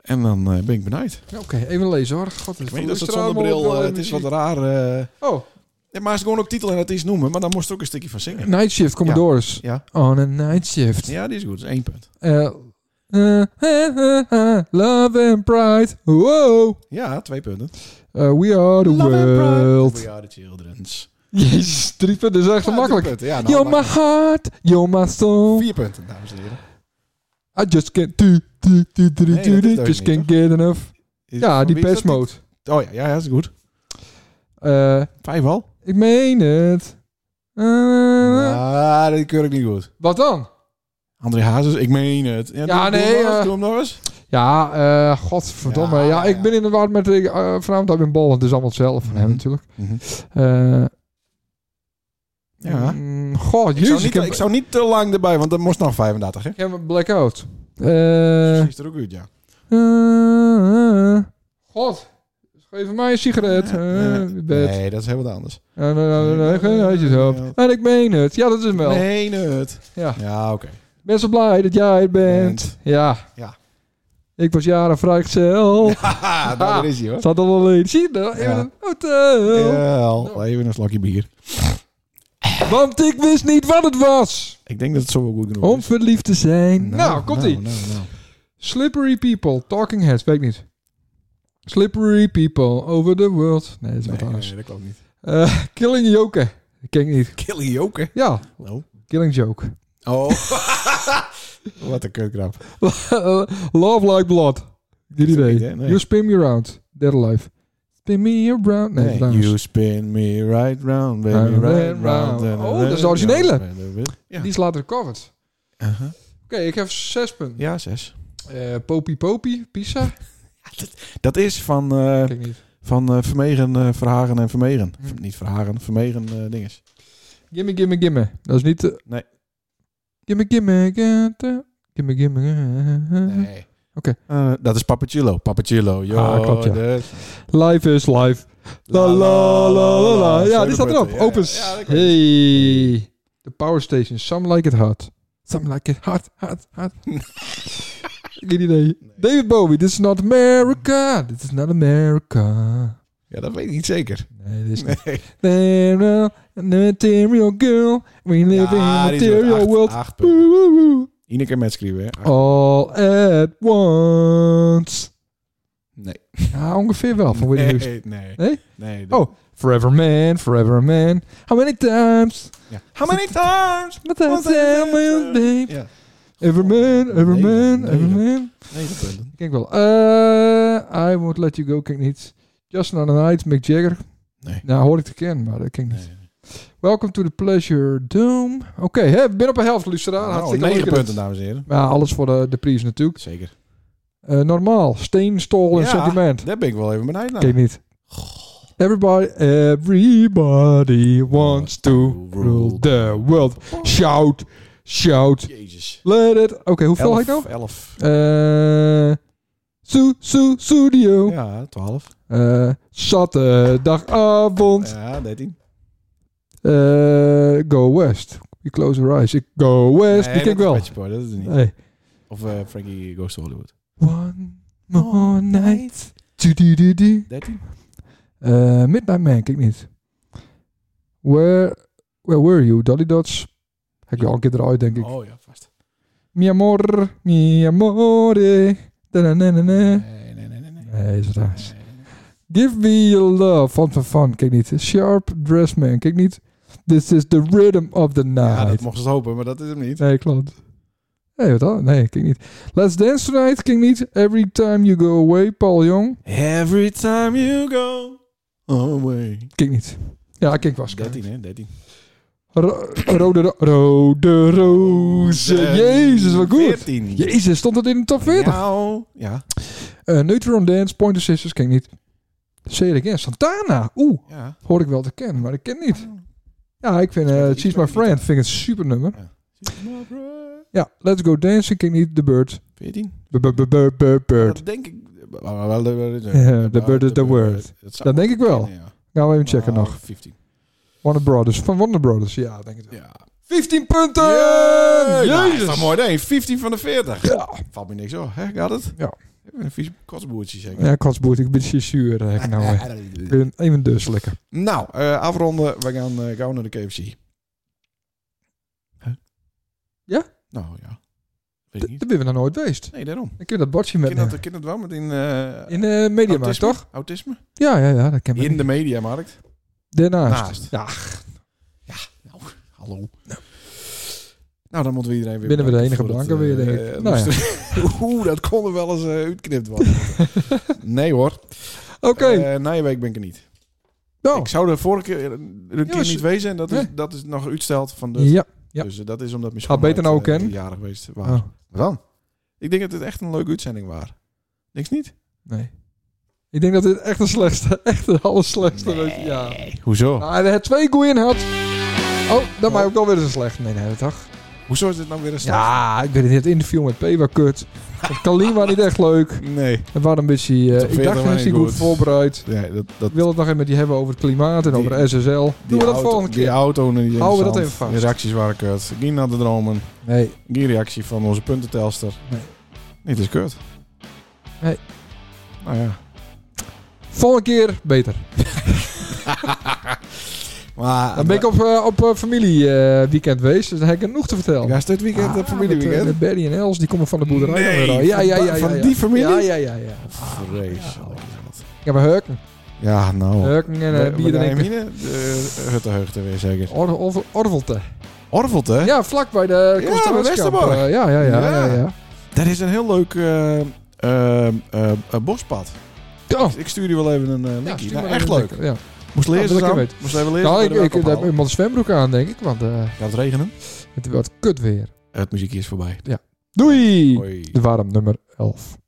S3: En dan eh, ben ik benieuwd.
S4: Even lezen hoor. God,
S3: Ik weet niet dat het zonder bril, eh, het is wat raar. eh.
S4: Oh,
S3: Ja, maar ze gewoon ook titel en het is noemen, maar dan moest er ook een stukje van zingen.
S4: Night Shift, Commodores.
S3: Ja.
S4: On a Night Shift.
S3: Ja, die is goed. Dat is één punt.
S4: Eh, eh, eh, eh, eh, love and Pride. Wow.
S3: Ja, twee punten.
S4: Eh, we are the
S3: Love and Pride.
S4: world.
S3: We are the children's.
S4: Jezus, drie punten is echt
S3: Ja,
S4: gemakkelijk.
S3: drie punten. Ja, nou,
S4: You're
S3: maar-
S4: my heart, you're my soul.
S3: Vier punten, dames en heren.
S4: I just can't do, do, do, do,
S3: Nee,
S4: do,
S3: dat is
S4: do,
S3: ook
S4: just
S3: niet,
S4: can't get enough.
S3: Is-
S4: Ja,
S3: van
S4: die
S3: wie is dat?
S4: best mode.
S3: Oh ja, ja, ja, dat is goed.
S4: Eh,
S3: Vijf al.
S4: ik meen het. Eh,
S3: Ah, die keur ik niet goed.
S4: Wat dan?
S3: André Hazes, ik meen het. Ja, doe-
S4: nee,
S3: Doe hem nog eens,
S4: eh,
S3: doe hem nog eens.
S4: Ja, eh godverdomme. Ja,
S3: Ja,
S4: ik
S3: ja.
S4: ben in de war met eh vanavond heb ik een bal, want het is allemaal hetzelfde van hem
S3: Mhm.
S4: natuurlijk.
S3: Mhm.
S4: Eh,
S3: Ja.
S4: mm, god,
S3: Ik zou,
S4: jezus,
S3: niet,
S4: ik,
S3: ik zou niet te lang erbij, want dat moest nog 35, hè?
S4: ik heb een blackout. Eh,
S3: Precies er ook uit, ja.
S4: eh, eh. God, geef mij een sigaret. eh,
S3: nee,
S4: bed.
S3: nee, dat is heel wat anders.
S4: En, eh, eh, eh, geen uitjes op. En ik meen het. Ja, dat is hem wel.
S3: Nee, nut.
S4: Ja.
S3: Ja, oké.
S4: Ik ben zo blij dat jij het bent.
S3: Bent.
S4: Ja.
S3: Ja.
S4: Ik was jaren vrijgezel.
S3: Haha,
S4: Ah.
S3: daar is hij, hoor.
S4: Het had al alleen. Zie je dat? nou, In
S3: Ja.
S4: een hotel.
S3: Ja, al even een slokje bier.
S4: Want ik wist niet wat het was.
S3: Ik denk dat het zo wel goed genoeg
S4: Om
S3: is.
S4: verliefd te zijn. Nou, komt ie.
S3: Nou, nou, nou.
S4: Slippery people. Talking heads. Weet ik niet. Slippery people over the world. Nee, dat is wat
S3: Nee,
S4: anders.
S3: nee, dat klopt niet.
S4: Eh, Killing Joke. Dat ken ik niet.
S3: Killing Joke, hè?
S4: Ja.
S3: Nou.
S4: Killing Joke.
S3: Oh. wat een kutgrap.
S4: Love like blood. Dit
S3: is ook
S4: idee.
S3: niet, hè? Nee.
S4: You spin me round. Dead alive. Spin me around. Nee,
S3: Nee,
S4: trouwens.
S3: you spin me right round, baby,
S4: Round
S3: right
S4: and round.
S3: round. and
S4: Oh, dat is de
S3: round.
S4: originele. Uh-huh.
S3: Ja.
S4: Die is later covered.
S3: Aha.
S4: Oké, ik heb zes punten.
S3: Ja, zes.
S4: Eh Popie Popie. Pizza.
S3: Dat is van... eh,
S4: Kijk niet.
S3: Van eh, Vermegen, eh, Verhagen en Vermegen.
S4: Hm.
S3: V- Niet Verhagen, Vermegen eh, dinges.
S4: Gimme, gimme, gimme. Dat is niet... eh,
S3: Nee.
S4: Gimme, gimme, gimme, gimme, gimme. gimme. Uh-huh. Oké.
S3: Eh, dat is Papacillo. Papacillo. dus. Yo,
S4: Ah, klopt, ja.
S3: de-
S4: Life is life. La la la la la. Ja, die staat er erop.
S3: Ja, ja.
S4: Opens.
S3: Ja, dat klopt.
S4: Hey. De Power Station. Some like it hot. Some like it hot, hot, hot. Geen idee. David Bowie. This is not America. This is not America.
S3: Ja, dat weet ik niet zeker.
S4: Nee, dit is niet.
S3: Nee.
S4: Material, material girl. We live in
S3: die is goed.
S4: material
S3: Acht-
S4: world. Oh.
S3: acht punten.
S4: Woe, woe, woe.
S3: Ineke met schrijven, hè? Acht.
S4: All at once.
S3: Nee.
S4: Ja, ongeveer wel van Whitney Houston.
S3: Nee, nee.
S4: Nee?
S3: Nee, dat-
S4: Oh, Forever Man, Forever Man. How many times?
S3: Ja. How many times?
S4: What I
S3: What I
S4: say,
S3: say,
S4: will babe.
S3: Ja.
S4: Every man, every
S3: Nee,
S4: man,
S3: nee,
S4: every
S3: nee.
S4: man.
S3: Negen punten.
S4: Kijk wel. Eh I Won't Let You Go, kijk niet. Just Another Night, Mick Jagger.
S3: Nee.
S4: Nou, hoor ik te kennen, maar dat ken ik niet.
S3: Nee.
S4: Welcome to the Pleasure Dome. Oké, hè, we zijn op een helft, luisteraar.
S3: Nou,
S4: Hartstikke
S3: negen
S4: leuk.
S3: punten, dames en heren.
S4: Ja, alles voor de, de prijs natuurlijk.
S3: Zeker.
S4: Eh, normaal, steen, stol en
S3: Ja.
S4: sentiment.
S3: Daar ben ik wel even benieuwd naar.
S4: Kijk niet. Everybody, everybody wants to rule the world. Shout, Shout.
S3: Jezus.
S4: Let it. Oké, hoeveel had ik nou?
S3: Elf. elf.
S4: Eh su, su, studio.
S3: Ja, twaalf.
S4: Eh zaterdagavond.
S3: Ja, dertien.
S4: Eh, go West. You close your eyes. Ik go West.
S3: Nee,
S4: die ken ik
S3: dat Eh, is
S4: wel.
S3: Pet Shop Boys, dat is het niet.
S4: Hey.
S3: Of eh, Frankie Goes to Hollywood.
S4: One more night. Du, du, du, du.
S3: Dertien?
S4: Eh, Midnight Man, kijk niet. Where, where were you? Dolly Dots. Heb je al een keer eruit, denk ik.
S3: Oh ja, vast.
S4: Mi amor, mi amore. Da, na, na, na.
S3: Nee, nee, nee, nee. Eh? nee.
S4: Nee, is het raars. Give me your love. Van van van. Kijk niet. Sharp dress man. Kijk niet. This is the rhythm of the
S3: Ja, dat
S4: night.
S3: mochten ze hopen, maar dat is hem niet.
S4: nee, klopt. Nee, wat dan? Nee, kijk niet. Let's dance tonight. Kijk niet. Every time you go away. Paul Jong.
S3: Every time you go away.
S4: Kijk niet. Ja, kijk was.
S3: 13, hè? 13.
S4: Ro- rode, ro- rode
S3: Eh,
S4: rozen. Jezus, wat goed.
S3: 14.
S4: Jezus, stond het in de top 40.
S3: Nou, ja.
S4: Eh, Neutron Dance, Pointer Sisters. Kijk niet. Zeker en Santana. Oeh.
S3: ja.
S4: Hoor ik wel te kennen, maar ik ken niet. Ja, ik vind eh,
S3: Iets
S4: She's
S3: met
S4: My
S3: die
S4: Friend vind ik een super nummer.
S3: ja.
S4: Ja, Let's Go Dancing ken ik niet. The Bird.
S3: 14.
S4: B- b- b- b- b- Bird.
S3: Dat denk ik. Maar wel de word.
S4: Ja, de word is de word. Dat denk ik wel. Gaan we even
S3: Ah,
S4: checken nog.
S3: 15.
S4: Warner Brothers. Van Warner Brothers. Ja, ik denk ik wel.
S3: Ja.
S4: 15 punten!
S3: Yay! Nou,
S4: Jezus!
S3: is toch mooi, nee. 15 van de 40.
S4: Ja,
S3: Valt me niks op, hè? Gaat het?
S4: Ja.
S3: Even een vies kotsboertje zeker.
S4: ja kotsboert. Ik ben je zuur. eh, heb ik nou weer. Ik ben even dus lekker.
S3: Nou, eh, afronden. We gaan eh, gauw naar de KFC. Huh?
S4: Ja?
S3: Nou ja. Weet ik
S4: D-
S3: niet.
S4: Daar ben we nog nooit geweest.
S3: Nee, daarom.
S4: Dan kun je dat bordje met
S3: Kinderen dat, ken dat wel met in, eh,
S4: In eh Mediamarkt,
S3: autisme?
S4: toch?
S3: Autisme?
S4: Ja, ja, ja. Dat ken ik.
S3: In de mediamarkt. Naast.
S4: Daarnaast. Ja,
S3: Hallo. Nou, dan moeten we iedereen weer...
S4: Binnen we de enige
S3: bedanken
S4: blanken
S3: voor het,
S4: weer, denk
S3: eh,
S4: ik. Nou
S3: moesten- Oeh, dat kon er wel eens eh, uitknipt worden. nee hoor.
S4: oké.
S3: Eh, na je week ben ik er niet.
S4: nou.
S3: Ik zou de vorige keer, een keer
S4: was-
S3: niet wezen. En dat is,
S4: Nee.
S3: dat is nog uitsteld van de...
S4: Ja. ja.
S3: Dus eh, dat is omdat mijn
S4: Had beter
S3: schoonheid,
S4: nou
S3: eh,
S4: ook, hè?
S3: jarig geweest waren.
S4: Oh,
S3: Wat dan? Ik denk dat het echt een leuke uitzending was. Niks niet?
S4: nee. Ik denk dat dit echt de slechtste, echt de allerslechtste was. Ja.
S3: Hoezo?
S4: Nou, hij had twee goeien had. Oh, dan maak ik alweer eens een slecht. Nee, nee, toch?
S3: Hoezo is dit nou weer een slag?
S4: Ja, ik weet het niet. Het interview met P was kut. Het Kalien was niet echt leuk.
S3: Nee.
S4: Het was een beetje... eh,
S3: Tot
S4: ik
S3: verder
S4: dacht,
S3: was
S4: mensen die
S3: niet
S4: goed.
S3: goed.
S4: voorbereid.
S3: Nee, dat, dat,
S4: Ik wil het nog even met die hebben over het klimaat en
S3: Die-
S4: over SSL. Doen we dat
S3: auto,
S4: volgende
S3: Die
S4: keer?
S3: auto niet
S4: Houden we dat
S3: interessant.
S4: even vast.
S3: Die reacties waren kut. Geen naar de dromen.
S4: Nee.
S3: Geen reactie van onze puntentelster.
S4: Nee.
S3: Nee, het is kut.
S4: Nee.
S3: Nou ja.
S4: Volgende keer beter.
S3: Maar,
S4: Dan ben ik op, eh, op eh, familie eh, weekend geweest. Dus dan heb ik genoeg te vertellen.
S3: Ja, is dit weekend
S4: Ah,
S3: op familieweekend?
S4: Met, eh, met Barry en Els, die komen van de boerderij.
S3: Nee,
S4: dan weer al. ja, ja, ja,
S3: van-
S4: ja,
S3: van
S4: ja.
S3: die familie?
S4: Ja, ja, ja. ja.
S3: Vreselijk. is dat.
S4: Ik heb een hurken.
S3: Ja, nou.
S4: Hurken en eh, bier drinken.
S3: Hermine, de Hutte Heugte weer zeker.
S4: Or, or, Orvelte.
S3: Orvelt, hè?
S4: Ja, vlak bij de
S3: Ja,
S4: Constantiuskamp.
S3: bij Westerbork.
S4: Eh, ja, ja, ja, ja,
S3: Ja.
S4: ja.
S3: Dat is een heel leuk eh, eh, eh, eh, bospad. Dus
S4: Oh,
S3: Ik stuur je wel even een eh,
S4: ja,
S3: linkje.
S4: stuur
S3: nou,
S4: maar
S3: echt
S4: even
S3: leuk.
S4: een link, Ja.
S3: Moest lezen
S4: wil ik
S3: zo.
S4: even weten.
S3: Moest even lezen.
S4: Nou,
S3: bij
S4: ik,
S3: de
S4: ik, ik
S3: welkom
S4: heb
S3: halen.
S4: iemand een zwembroek aan, denk ik. Want eh,
S3: Gaat het regenen?
S4: het wordt kut weer.
S3: Het muziekje is voorbij.
S4: Doei!
S3: Hoi.
S4: De warm nummer 11.